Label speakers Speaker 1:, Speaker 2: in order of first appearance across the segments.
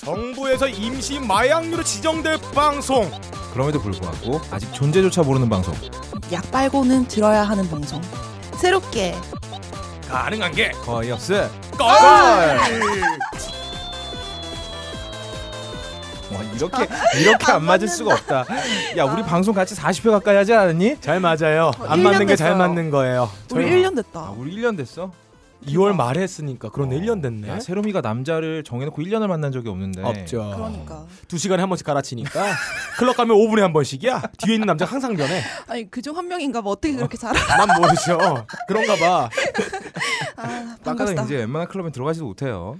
Speaker 1: 정부에서 임시 마약류로 지정될 방송
Speaker 2: 그럼에도 불구하고 아직 존재조차 모르는 방송
Speaker 3: 약 빨고는 들어야 하는 방송. 새롭게
Speaker 1: 가능한 게
Speaker 2: 거의 없음
Speaker 1: 걸!
Speaker 2: 와 이렇게 이렇게 안 맞을 수가 없다 야 우리 방송 같이 40회 가까이 하지 않았니?
Speaker 1: 잘 맞아요.
Speaker 3: 어,
Speaker 1: 안
Speaker 3: 일년
Speaker 1: 맞는 게 잘
Speaker 3: 됐어요.
Speaker 1: 맞는 거예요.
Speaker 3: 우리
Speaker 1: 저희
Speaker 3: 1년
Speaker 2: 아
Speaker 3: 됐다.
Speaker 2: 우리 1년 됐어?
Speaker 1: 2월 말에 했으니까 그런 네 1년 됐네.
Speaker 2: 야, 어. 아, 세롬이가 네. 남자를 정해놓고 1년을 만난 적이 없는데
Speaker 1: 없죠.
Speaker 3: 그러니까.
Speaker 1: 두 시간에 한 번씩 갈아치니까 클럽 가면 5분에 한 번씩이야. 뒤에 있는 남자 항상 변해.
Speaker 3: 아니 그 중 한 명인가 뭐 어떻게 그렇게 잘 알아?
Speaker 1: 난 모르죠. 그런가 봐.
Speaker 3: 아,
Speaker 2: 빡가는
Speaker 3: 반갑다.
Speaker 2: 이제 웬만한 클럽엔 들어가지도 못해요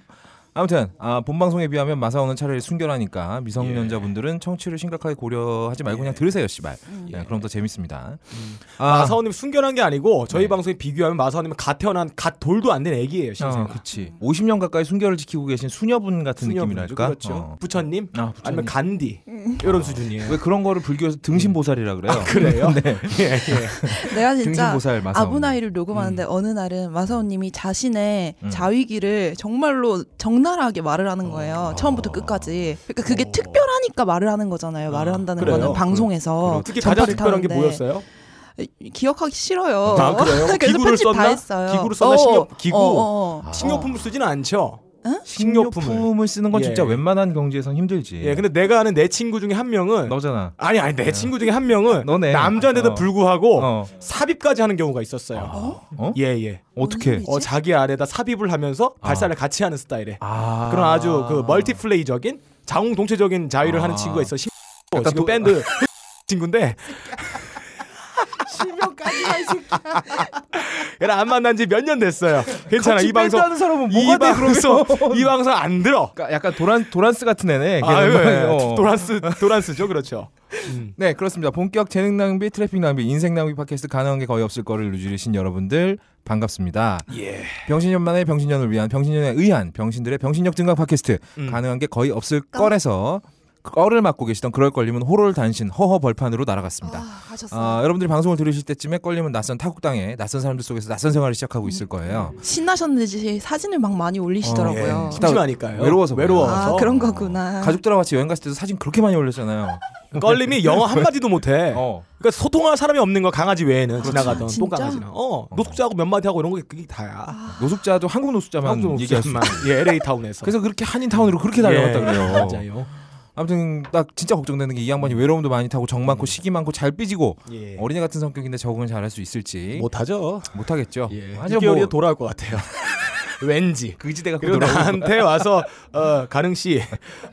Speaker 2: 아무튼 아, 본 방송에 비하면 마사오는 차라리 순결하니까
Speaker 1: 예.
Speaker 2: 미성년자분들은 청취를 심각하게 고려하지 말고 그냥 들으세요 씨발 네, 그럼 더 재밌습니다 아,
Speaker 1: 음. 마사오님 순결한 게 아니고 저희
Speaker 2: 네.
Speaker 1: 방송에 비교하면 마사오님은 갓 태어난 갓 돌도 안 된 애기예요. 신생. 음.
Speaker 2: 어, 그치 50년 가까이 순결을 지키고 계신 수녀분 같은 느낌이랄까
Speaker 1: 그렇죠.
Speaker 2: 어.
Speaker 1: 부처님
Speaker 2: 아, 부처님.
Speaker 1: 아니면 간디
Speaker 3: 음.
Speaker 1: 이런 수준이에요.
Speaker 2: 왜 그런 거를 불교에서 등신보살이라 그래요
Speaker 1: 아, 그래요?
Speaker 2: 네.
Speaker 1: 예, 예.
Speaker 3: 내가 진짜
Speaker 2: 등신보살 마사오
Speaker 3: 아브나이를 녹음하는데 어느 날은 마사오님이 자신의
Speaker 2: 음.
Speaker 3: 자위기를 정말로 적나라하게 말을 하는
Speaker 1: 아.
Speaker 3: 거예요. 처음부터 끝까지. 그러니까 그게 특별하니까 말을 하는 거잖아요. 말을
Speaker 1: 어.
Speaker 3: 한다는
Speaker 1: 그래요?
Speaker 3: 거는
Speaker 2: 어,
Speaker 3: 방송에서.
Speaker 1: 그렇죠. 특히 가장
Speaker 3: 전파를
Speaker 1: 특별한 게
Speaker 3: 타는데.
Speaker 1: 뭐였어요?
Speaker 3: 기억하기 싫어요.
Speaker 1: 아, 그래요?
Speaker 3: 그래서
Speaker 1: 기구를
Speaker 3: 편집 다
Speaker 1: 썼나?
Speaker 3: 했어요.
Speaker 1: 기구를 썼나?
Speaker 3: 어,
Speaker 1: 식료- 기구? 아.
Speaker 3: 어, 어, 어.
Speaker 2: 아.
Speaker 1: 식료품을 쓰진 않죠. 식료품을.
Speaker 2: 식료품을 쓰는 건
Speaker 1: 예.
Speaker 2: 진짜 웬만한 경제에선 힘들지.
Speaker 1: 예, 근데 내가 아는 내 친구 중에 한 명은
Speaker 2: 너잖아.
Speaker 1: 아니 아니 내 친구 중에 한 명은
Speaker 2: 너네.
Speaker 1: 남자인데도
Speaker 2: 어.
Speaker 1: 불구하고
Speaker 2: 어.
Speaker 1: 삽입까지 하는 경우가 있었어요.
Speaker 3: 어?
Speaker 2: 어?
Speaker 1: 예 예.
Speaker 2: 어떻게?
Speaker 3: 뭔
Speaker 1: 어
Speaker 3: 일이지?
Speaker 1: 자기 아래다 삽입을 하면서 발사를 같이 하는 스타일에
Speaker 2: 아.
Speaker 1: 그런 아주 그 멀티플레이적인 자웅동체적인 자위를
Speaker 2: 아.
Speaker 1: 하는 친구가 있어. 신...
Speaker 2: 약간
Speaker 1: 지금
Speaker 2: 도-
Speaker 1: 밴드 친구인데
Speaker 3: 실명까지야, 이 새끼.
Speaker 1: 얘랑 안 만난 지 몇 년 됐어요. 괜찮아
Speaker 2: 같이
Speaker 1: 이 방송
Speaker 2: 밴드하는 사람은
Speaker 1: 이
Speaker 2: 뭐가 돼,
Speaker 1: 방송
Speaker 2: 그러면?
Speaker 1: 이 방송 안 들어.
Speaker 2: 그러니까 약간 도란 도란스 같은 애네.
Speaker 1: 아, 예,
Speaker 2: 걔는
Speaker 1: 예.
Speaker 2: 어.
Speaker 1: 도란스 도란스죠 그렇죠.
Speaker 2: 네, 그렇습니다. 본격 재능 낭비, 트래핑 낭비, 인생 낭비 팟캐스트 가능한 게 거의 없을 거를 누리신 여러분들 반갑습니다.
Speaker 1: 예.
Speaker 2: 병신년만의 병신년을 위한 병신년에 의한 병신들의 병신력 증강 팟캐스트
Speaker 1: 음.
Speaker 2: 가능한 게 거의 없을 거래서 거를 맡고 계시던 그럴 걸리면 호롤 단신 허허 벌판으로 날아갔습니다.
Speaker 3: 아, 가셨어.
Speaker 2: 아, 여러분들이 방송을 들으실 때쯤에 걸리면 낯선 타국당에 낯선 사람들 속에서 낯선 생활을 시작하고
Speaker 3: 음.
Speaker 2: 있을 거예요.
Speaker 3: 신나셨는지 사진을 막 많이
Speaker 1: 어,
Speaker 3: 올리시더라고요.
Speaker 2: 예.
Speaker 1: 심심하니까요.
Speaker 2: 외로워서
Speaker 1: 외로워서.
Speaker 3: 아, 그런 거구나.
Speaker 2: 가족들하고 같이 여행 갔을 때도 사진 그렇게 많이 올렸잖아요.
Speaker 1: 껄림이 영어 한 마디도 못해.
Speaker 2: 어.
Speaker 1: 그러니까 소통할 사람이 없는 거 강아지 외에는 지나가던
Speaker 3: 그렇죠. 진짜? 아.
Speaker 1: 똥강아지나. 어. 노숙자하고 몇 마디 하고 이런 게 그게 다야.
Speaker 2: 노숙자도 한국 노숙자만
Speaker 1: 한국
Speaker 2: 얘기할 수.
Speaker 1: 노숙자만. 예, LA 타운에서. 예.
Speaker 2: 그래서 그렇게 한인 타운으로 그렇게 달려갔다 그래요.
Speaker 1: 음. 맞아요.
Speaker 2: 아무튼 나 진짜 걱정되는 게 이 양반이 외로움도 많이 타고 정 많고 시기 많고 잘 삐지고
Speaker 1: 음. 예.
Speaker 2: 어린애 같은 성격인데 적응을 잘할 수 있을지 못,
Speaker 1: 못하죠.
Speaker 2: 하겠죠.
Speaker 1: 예.
Speaker 2: 하죠
Speaker 1: 6개월이
Speaker 2: 뭐.
Speaker 1: 돌아올 것 같아요. 왠지.
Speaker 2: 그지대가
Speaker 1: 그리고 나한테 와서 어, 가능 씨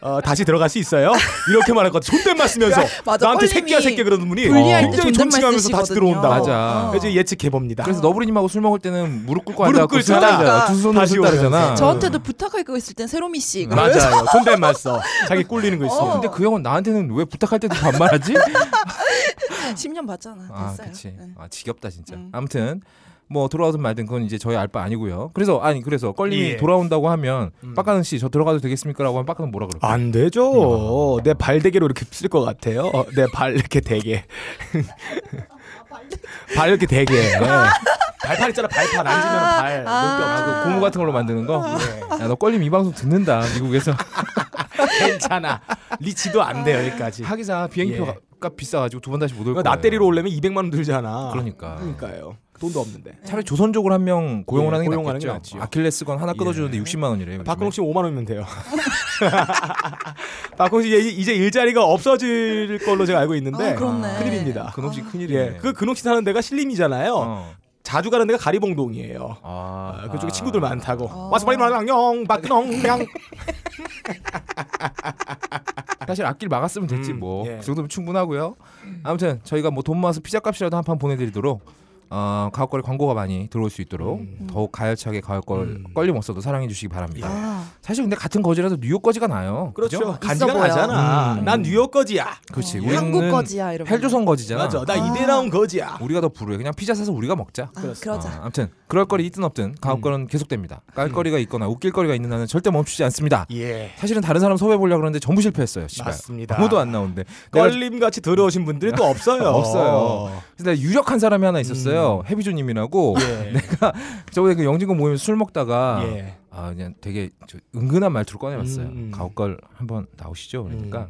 Speaker 1: 어, 다시 들어갈 수 있어요? 이렇게 말할 것 같아. 존댓말 쓰면서
Speaker 3: 맞아,
Speaker 1: 나한테
Speaker 3: 껄림이
Speaker 1: 새끼야 새끼 그러는 분이
Speaker 3: 분리할 때
Speaker 1: 굉장히
Speaker 3: 존댓말
Speaker 1: 존칭하면서 어. 다시
Speaker 3: 쓰시거든요.
Speaker 1: 들어온다.
Speaker 2: 맞아.
Speaker 3: 어.
Speaker 1: 그래서 이제 예측해 봅니다.
Speaker 2: 그래서 너부리님하고 술 먹을 때는 무릎 꿇고
Speaker 1: 무릎
Speaker 2: 앉아서
Speaker 1: 꿇잖아. 그러니까.
Speaker 2: 두 손으로
Speaker 1: 다시
Speaker 2: 술 따르잖아.
Speaker 1: 오면서.
Speaker 3: 저한테도 부탁하고 있을 땐 세로미 씨.
Speaker 1: 음. 맞아요. 존댓말 써. 자기 꿀리는 거 있어.
Speaker 3: 어.
Speaker 2: 근데 그 형은 나한테는 왜 부탁할 때도 반말하지?
Speaker 3: 10년 봤잖아.
Speaker 2: 아,
Speaker 3: 됐어요. 네.
Speaker 2: 그치.
Speaker 3: 응.
Speaker 2: 아, 지겹다 진짜.
Speaker 3: 음.
Speaker 2: 아무튼 뭐 돌아오든 말든 그건 이제 저희 알 바 아니고요. 그래서 아니 그래서 껄림이
Speaker 1: 예. 음.
Speaker 2: 돌아온다고 하면 빡가는 씨 저 들어가도 되겠습니까라고 하면 빡가는 뭐라 그럴까?
Speaker 1: 안 되죠.
Speaker 2: 음.
Speaker 1: 내 발대개로 이렇게 쓸 것 같아요. 어, 내발 이렇게 대게. 발 이렇게 대게.
Speaker 3: 아.
Speaker 1: 네. 발판 있잖아. 발판 앉으면 발. 목뼈
Speaker 2: 그 고무 같은 걸로 만드는 거. 네. 야 너 껄림 이 방송 듣는다 미국에서
Speaker 1: 그 괜찮아. 리치도 안 돼 여기까지.
Speaker 2: 하기사 비행표가 비싸가지고 두 번 다시 못 올
Speaker 1: 이거
Speaker 2: 거예요.
Speaker 1: 나 때리러 오려면 200만 원 들잖아.
Speaker 2: 그러니까.
Speaker 1: 그러니까요. 돈도 없는데.
Speaker 2: 차라리 조선족으로 한 명 고용을
Speaker 1: 예,
Speaker 2: 하는 게 예.
Speaker 1: 고용하는 게
Speaker 2: 낫겠죠.
Speaker 1: 낫지요.
Speaker 2: 아킬레스건 하나 끊어주는데 60만 원이래요. 요즘에.
Speaker 1: 박근홍 씨 5만 원이면 돼요. 박근홍 씨 이제, 이제 일자리가 없어질 걸로 제가 알고 있는데
Speaker 3: 아, 그렇네.
Speaker 1: 큰일입니다.
Speaker 2: 근홍 씨 큰일이네.
Speaker 1: 예, 그 근홍 씨 사는 데가 신림이잖아요.
Speaker 2: 어.
Speaker 1: 자주 가는 데가 가리봉동이에요.
Speaker 2: 아,
Speaker 1: 아, 그쪽에 친구들 많다고.
Speaker 3: 어.
Speaker 1: 와서 빨리 말랑 영 박근홍 양.
Speaker 2: 사실 앞길 막았으면 됐지
Speaker 1: 음,
Speaker 2: 뭐.
Speaker 1: 예.
Speaker 2: 그 정도면 충분하고요. 아무튼 저희가 뭐 돈 모아서 피자값이라도 한 판 보내드리도록 어, 가옥걸이 광고가 많이 들어올 수 있도록 더욱 가열차게 가옥걸 껄림 없어도 사랑해 주시기 바랍니다.
Speaker 3: 아,
Speaker 2: 사실 근데 같은 거지라도 뉴욕 거지가 나요.
Speaker 1: 그렇죠.
Speaker 3: 있어
Speaker 1: 간지가
Speaker 3: 보여.
Speaker 1: 나잖아.
Speaker 2: 음.
Speaker 1: 난 뉴욕 거지야.
Speaker 2: 그렇지.
Speaker 3: 어.
Speaker 2: 우리는
Speaker 3: 한국 거지야, 이러면.
Speaker 2: 헬조선 거지잖아.
Speaker 1: 맞아. 나 이대 나온 거지야.
Speaker 2: 우리가 더 부르해. 그냥 피자 사서 우리가 먹자.
Speaker 3: 아, 그러자.
Speaker 2: 아, 무튼 그럴 거리 있든 없든 가업거는
Speaker 1: 음.
Speaker 2: 계속됩니다. 깔거리가 있거나 웃길 거리가 있는 한은 절대 멈추지 않습니다.
Speaker 1: 예.
Speaker 2: 사실은 다른 사람 섭외 보려고 그러는데 전부 실패했어요. 씨발.
Speaker 1: 맞습니다.
Speaker 2: 아무도 안 나오는데. 내가
Speaker 1: 걸림 같이 들어오신 분들이 또 없어요.
Speaker 2: 없어요. 그래서 내가 유력한 사람이 하나 있었어요. 해비조님이라고.
Speaker 1: 음. 예.
Speaker 2: 저번에 그 영진공 모임에 술 먹다가
Speaker 1: 예.
Speaker 2: 아 그냥 되게 저 은근한 말투를 꺼내봤어요.
Speaker 1: 음, 음.
Speaker 2: 가옥걸 한번 나오시죠. 그러니까
Speaker 1: 음.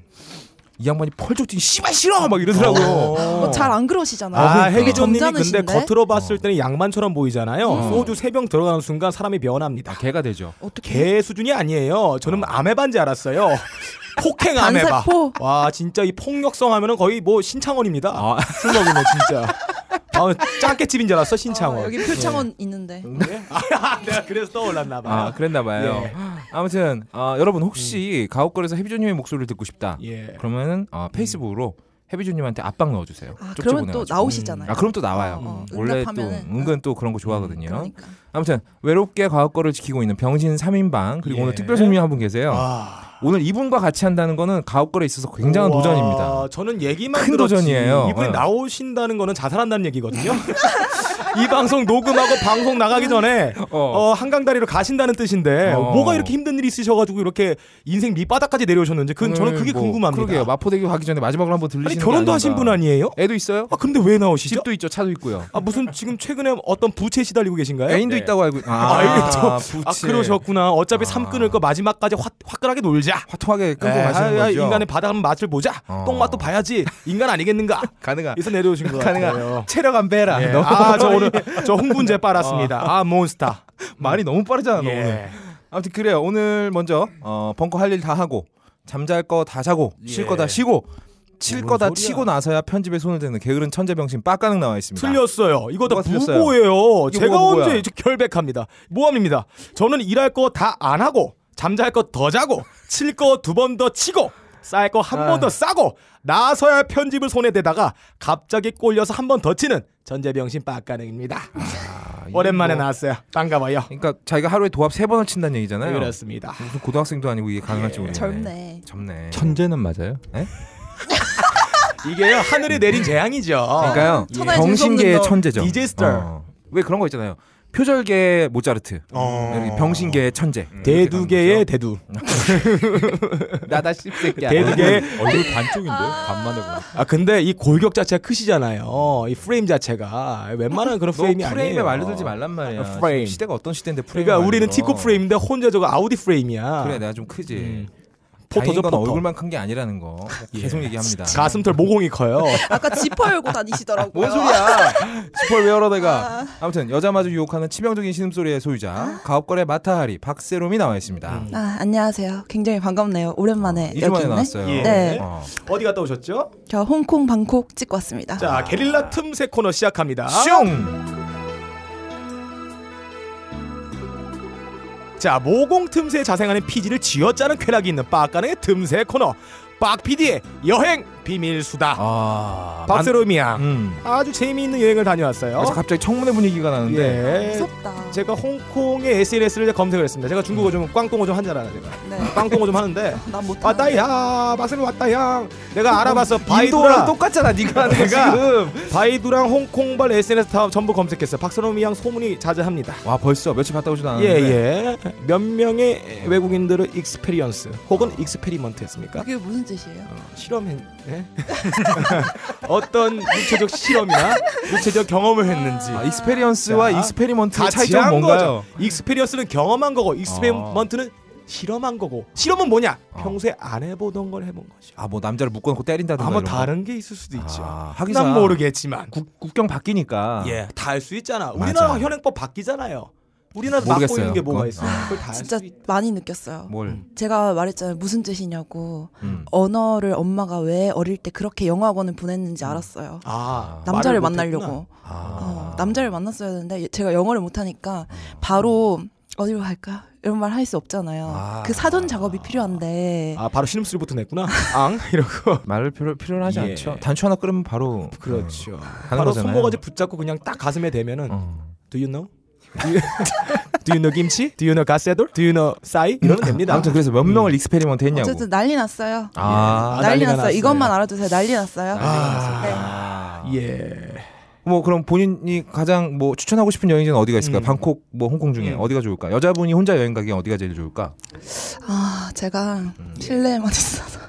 Speaker 2: 이 양반이 펄쩍 뛰니 씨발 싫어 막 이러더라고요.
Speaker 1: 어.
Speaker 3: 잘 안 그러시잖아요. 어,
Speaker 1: 아,
Speaker 2: 그러니까.
Speaker 1: 해기조님이 근데
Speaker 3: 점잖으신데?
Speaker 1: 겉으로 봤을 때는 양반처럼 보이잖아요.
Speaker 2: 음.
Speaker 1: 소주 세 병 들어가는 순간 사람이
Speaker 2: 아,
Speaker 1: 변합니다.
Speaker 2: 개가 되죠.
Speaker 3: 어떻게
Speaker 1: 개 수준이 아니에요. 저는 아메바인 줄 알았어요. 폭행 아메바.
Speaker 3: 단세포?
Speaker 1: 와, 진짜 이 폭력성 하면은 거의 뭐 신창원입니다.
Speaker 2: 아.
Speaker 1: 술 먹으면 진짜. 아, 짱깨집인 줄 알았어, 신창원.
Speaker 2: 아,
Speaker 3: 어, 여기 표창원 있는데
Speaker 1: 예? 아, 내가 그래서 떠올랐나
Speaker 2: 아
Speaker 1: 봐.
Speaker 2: 그랬나 봐요.
Speaker 1: 예.
Speaker 2: 아무튼 아, 여러분 혹시 가옥걸에서 해비조님의 목소리를 듣고 싶다.
Speaker 1: 예.
Speaker 2: 그러면은 아, 페이스북으로 해비조님한테 압박 넣어주세요.
Speaker 3: 아,
Speaker 2: 쪽지
Speaker 3: 그러면 또
Speaker 1: 음,
Speaker 2: 보내가지고.
Speaker 3: 나오시잖아요.
Speaker 2: 아 그럼 또 나와요.
Speaker 3: 어, 어.
Speaker 2: 원래 또
Speaker 3: 응답하면은,
Speaker 2: 은근 또 그런 거 좋아하거든요.
Speaker 3: 그러니까.
Speaker 2: 아무튼 외롭게 가옥걸을 지키고 있는 병신 3인방 그리고
Speaker 1: 예.
Speaker 2: 오늘 특별 손님 한 분 계세요.
Speaker 1: 아.
Speaker 2: 오늘 이분과 같이 한다는 거는 가옥걸에 있어서 굉장한
Speaker 1: 우와,
Speaker 2: 도전입니다.
Speaker 1: 저는 얘기만
Speaker 2: 큰
Speaker 1: 들었지.
Speaker 2: 도전이에요.
Speaker 1: 이분이
Speaker 2: 예.
Speaker 1: 나오신다는 거는 자살한다는 얘기거든요. 이 방송 녹음하고 방송 나가기 전에
Speaker 2: 어.
Speaker 1: 어, 한강 다리로 가신다는 뜻인데
Speaker 2: 어.
Speaker 1: 뭐가 이렇게 힘든 일이 있으셔가지고 이렇게 인생 밑바닥까지 내려오셨는지 그 저는
Speaker 2: 오늘
Speaker 1: 그게
Speaker 2: 뭐,
Speaker 1: 궁금합니다.
Speaker 2: 그러게요. 마포대교 가기 전에 마지막으로 한번
Speaker 1: 아니
Speaker 2: 들리시는
Speaker 1: 결혼도 하신 분 아니에요?
Speaker 2: 애도 있어요?
Speaker 1: 아 근데 왜 나오시죠?
Speaker 2: 집도 있죠. 차도 있고요.
Speaker 1: 아 무슨 지금 최근에 어떤 부채 시달리고 계신가요?
Speaker 2: 애인도 있다고 알고
Speaker 1: 네? 아, 이게 저-
Speaker 2: 부채.
Speaker 1: 아 그러셨구나. 어차피
Speaker 2: 아.
Speaker 1: 삶 끊을 거 마지막까지 화, 화끈하게 놀자.
Speaker 2: 화통하게 끊고
Speaker 1: 에,
Speaker 2: 가시는
Speaker 1: 아, 아,
Speaker 2: 거죠.
Speaker 1: 인간의 바닥 한번 맛을 보자.
Speaker 2: 어.
Speaker 1: 똥맛도 봐야지. 인간 아니겠는가?
Speaker 2: 가능한
Speaker 1: 여기서 내려오신 거 같아요.
Speaker 2: 가능한 체력 안 배라.
Speaker 1: 예.
Speaker 2: 너무 어.
Speaker 1: 아, 저 오늘 저 흥분제 빨았습니다. 아, 몬스타.
Speaker 2: 말이 너무 빠르잖아. 너 오늘.
Speaker 1: 예.
Speaker 2: 아무튼 그래요. 오늘 먼저 어, 벙커 할 일 다 하고 잠잘 거 다 자고 쉴 거 다
Speaker 1: 예.
Speaker 2: 쉬고 칠
Speaker 1: 뭔
Speaker 2: 거 다
Speaker 1: 소리야.
Speaker 2: 치고 나서야 편집에 손을 대는 게으른 천재병신 빠가능 나와 있습니다.
Speaker 1: 네. 틀렸어요. 이거 다
Speaker 2: 뭐가 틀렸어요?
Speaker 1: 부고예요.
Speaker 2: 이게
Speaker 1: 제가
Speaker 2: 뭐가
Speaker 1: 언제
Speaker 2: 뭐야?
Speaker 1: 저 결백합니다. 모함입니다. 저는 일할 거 다 안 하고 잠잘 거 더 자고 칠 거 두 번 더 치고 쌀 거 한
Speaker 2: 아.
Speaker 1: 번 더 싸고 나서야 편집을 손에 대다가 갑자기 꼴려서 한 번 더 치는 전제병신 빡가능입니다.
Speaker 2: 아, 이게
Speaker 1: 오랜만에
Speaker 2: 뭐-
Speaker 1: 나왔어요. 반가워요.
Speaker 2: 그러니까 자기가 하루에 도합 세 번을 친다는 얘기잖아요.
Speaker 1: 그렇습니다. 예.
Speaker 2: 무슨 고등학생도 아니고 이게 가능할지 모르겠네.
Speaker 3: 젊네.
Speaker 2: 젊네.
Speaker 4: 천재는 맞아요?
Speaker 2: 네?
Speaker 1: 이게요 하늘에 내린 재앙이죠. 어.
Speaker 2: 그러니까요.
Speaker 3: 천하의
Speaker 2: 병신계의
Speaker 3: 즐거움도
Speaker 2: 천재죠.
Speaker 1: 디제스터.
Speaker 2: 어. 왜 그런 거 있잖아요. 표절계 모차르트.
Speaker 1: 어.
Speaker 2: 이렇게 병신계의 천재. 그렇죠.
Speaker 4: 음,
Speaker 1: 대두개의 대두.
Speaker 2: 나다 씹새끼야.
Speaker 1: 대두개의
Speaker 4: 얼굴 반쪽인데 반만에 보면
Speaker 1: 아 근데 이 골격 자체가 크시잖아요. 이 프레임 자체가 웬만한 그런
Speaker 2: 프레임이
Speaker 1: 프레임이
Speaker 2: 프레임에
Speaker 1: 아니에요.
Speaker 2: 말려들지 말란 말이야.
Speaker 1: 프레임.
Speaker 2: 지금 시대가 어떤 시대인데 프레임.
Speaker 1: 그러니까 우리는 티코 프레임인데 혼자 저거 아우디 프레임이야.
Speaker 2: 그래 내가 좀 크지.
Speaker 1: 음.
Speaker 2: 포토
Speaker 1: 포토죠,
Speaker 2: 건
Speaker 1: 포토.
Speaker 2: 얼굴만 큰 게 아니라는 거 계속 얘기합니다.
Speaker 1: 가슴털 모공이 커요.
Speaker 3: 아까 지퍼 열고 다니시더라고요.
Speaker 2: 뭔 소리야? 스포를 왜 열어 내가? 아무튼 여자 마저 유혹하는 치명적인 신음소리의 소유자 가업거래 마타하리 박세롬이 나와 있습니다.
Speaker 1: 아. 음.
Speaker 3: 아, 안녕하세요. 굉장히 반갑네요.
Speaker 1: 아,
Speaker 3: 오랜만에
Speaker 2: 이주
Speaker 3: 여기
Speaker 2: 만에
Speaker 3: 있네.
Speaker 2: 나왔어요.
Speaker 1: 예.
Speaker 3: 네.
Speaker 2: 어.
Speaker 1: 어디 갔다 오셨죠?
Speaker 3: 저 홍콩 방콕 찍고 왔습니다.
Speaker 1: 자 게릴라 틈새 코너 시작합니다.
Speaker 2: 슝.
Speaker 1: 자 모공 틈새에 자생하는 피지를 쥐어짜는 쾌락이 있는 빡가능의 틈새 코너 빡 PD의 여행 비밀 수다.
Speaker 2: 아.
Speaker 1: 박세롬이야.
Speaker 2: 만- 음.
Speaker 1: 아주 재미있는 여행을 다녀왔어요.
Speaker 2: 그래서 갑자기 청문회 분위기가 나는데
Speaker 1: 예.
Speaker 3: 무섭다.
Speaker 1: 제가 홍콩의 SNS를 검색을 했습니다. 제가 중국어 좀 꽝꽁어 좀 한 줄 알아요. 제가.
Speaker 3: 네.
Speaker 1: 꽝꽁어 좀 아, 하는데
Speaker 3: 난 못해.
Speaker 1: 왔다야 박세롬 왔다야 내가 알아봤어
Speaker 2: 음, 인도랑
Speaker 1: 바이두랑
Speaker 2: 똑같잖아 네가 하는 거
Speaker 1: 내가-
Speaker 2: 지금.
Speaker 1: 바이두랑 홍콩발 SNS 다 전부 검색했어요 박선롬이 양 소문이 자자합니다
Speaker 2: 와 벌써 며칠 갔다 오지도 않았는데.
Speaker 1: 예예 몇 명의 외국인들을 익스페리언스 혹은 익스페리먼트 했습니까?
Speaker 3: 그게 무슨 뜻이에요?
Speaker 1: 아, 실험했네 예? 어떤 육체적 실험이나 육체적 경험을 했는지
Speaker 2: 아, 익스페리언스와
Speaker 1: 자,
Speaker 2: 익스페리먼트의
Speaker 1: 같이
Speaker 2: 차이점은
Speaker 1: 한
Speaker 2: 뭔가요?
Speaker 1: 거죠. 익스페리언스는 경험한 거고 익스페리먼트는
Speaker 2: 아.
Speaker 1: 실험한 거고 실험은 뭐냐
Speaker 2: 어.
Speaker 1: 평소에 안 해보던 걸 해본 거죠
Speaker 2: 아 뭐 남자를 묶어놓고 때린다든가
Speaker 1: 아마
Speaker 2: 이런 거.
Speaker 1: 다른 게 있을 수도 있죠
Speaker 2: 아, 하긴
Speaker 1: 난 모르겠지만
Speaker 2: 국, 국경 바뀌니까
Speaker 1: 예, 다 할 수 있잖아.
Speaker 2: 아. 맞아.
Speaker 1: 우리나라 현행법 바뀌잖아요. 우리나라 막고
Speaker 2: 모르겠어요,
Speaker 1: 있는 게 뭐가
Speaker 2: 그건.
Speaker 1: 있어?
Speaker 2: 아,
Speaker 1: 그걸 다할
Speaker 3: 진짜
Speaker 1: 수 있. 뭐?
Speaker 3: 많이 느꼈어요.
Speaker 2: 뭘
Speaker 3: 제가 말했잖아요. 무슨 뜻이냐고.
Speaker 2: 음.
Speaker 3: 언어를 엄마가 왜 어릴 때 그렇게 영어학원을 보냈는지 알았어요.
Speaker 1: 음. 아, 말을
Speaker 3: 남자를
Speaker 1: 못했구나. 아.
Speaker 3: 만나려고.
Speaker 2: 아.
Speaker 3: 어, 남자를 만났어야 되는데 제가 영어를 못하니까
Speaker 1: 아.
Speaker 3: 바로 어디로 갈까? 이런 말 할 수 없잖아요.
Speaker 2: 아.
Speaker 3: 그 사전 작업이 필요한데
Speaker 1: 아, 바로 신음소리부터 냈구나. 앙
Speaker 2: 아,
Speaker 1: 이러고.
Speaker 2: 말을 필요 필요는 하지
Speaker 1: 예.
Speaker 2: 않죠. 단추 하나 끊으면 바로
Speaker 1: 그렇죠.
Speaker 2: 가는
Speaker 1: 바로
Speaker 2: 어. 거잖아요.
Speaker 1: 손모가지 붙잡고 그냥 딱 가슴에 대면은
Speaker 2: 어.
Speaker 1: Do you know? Do you- Do you know 김치? Do you know 가세돌? Do you know 싸이? 이러면 됩니다.
Speaker 2: 음. 아무튼 그래서 몇 명을 익스페리먼트 했냐고.
Speaker 3: 어쨌든 난리 났어요.
Speaker 2: 아,
Speaker 1: 아,
Speaker 3: 난리
Speaker 1: 난리가
Speaker 3: 났어요.
Speaker 1: 났어요.
Speaker 3: 이것만 알아두세요. 네. 난리 났어요.
Speaker 2: 아.
Speaker 1: 예.
Speaker 2: 뭐 그럼 본인이 가장 뭐 추천하고 싶은 여행지는 어디가 있을까요?
Speaker 1: 음.
Speaker 2: 방콕 뭐 홍콩 중에
Speaker 1: 음.
Speaker 2: 어디가 좋을까? 여자분이 혼자 여행 가기엔 어디가 제일 좋을까?
Speaker 3: 아, 제가 실내에만 있어서.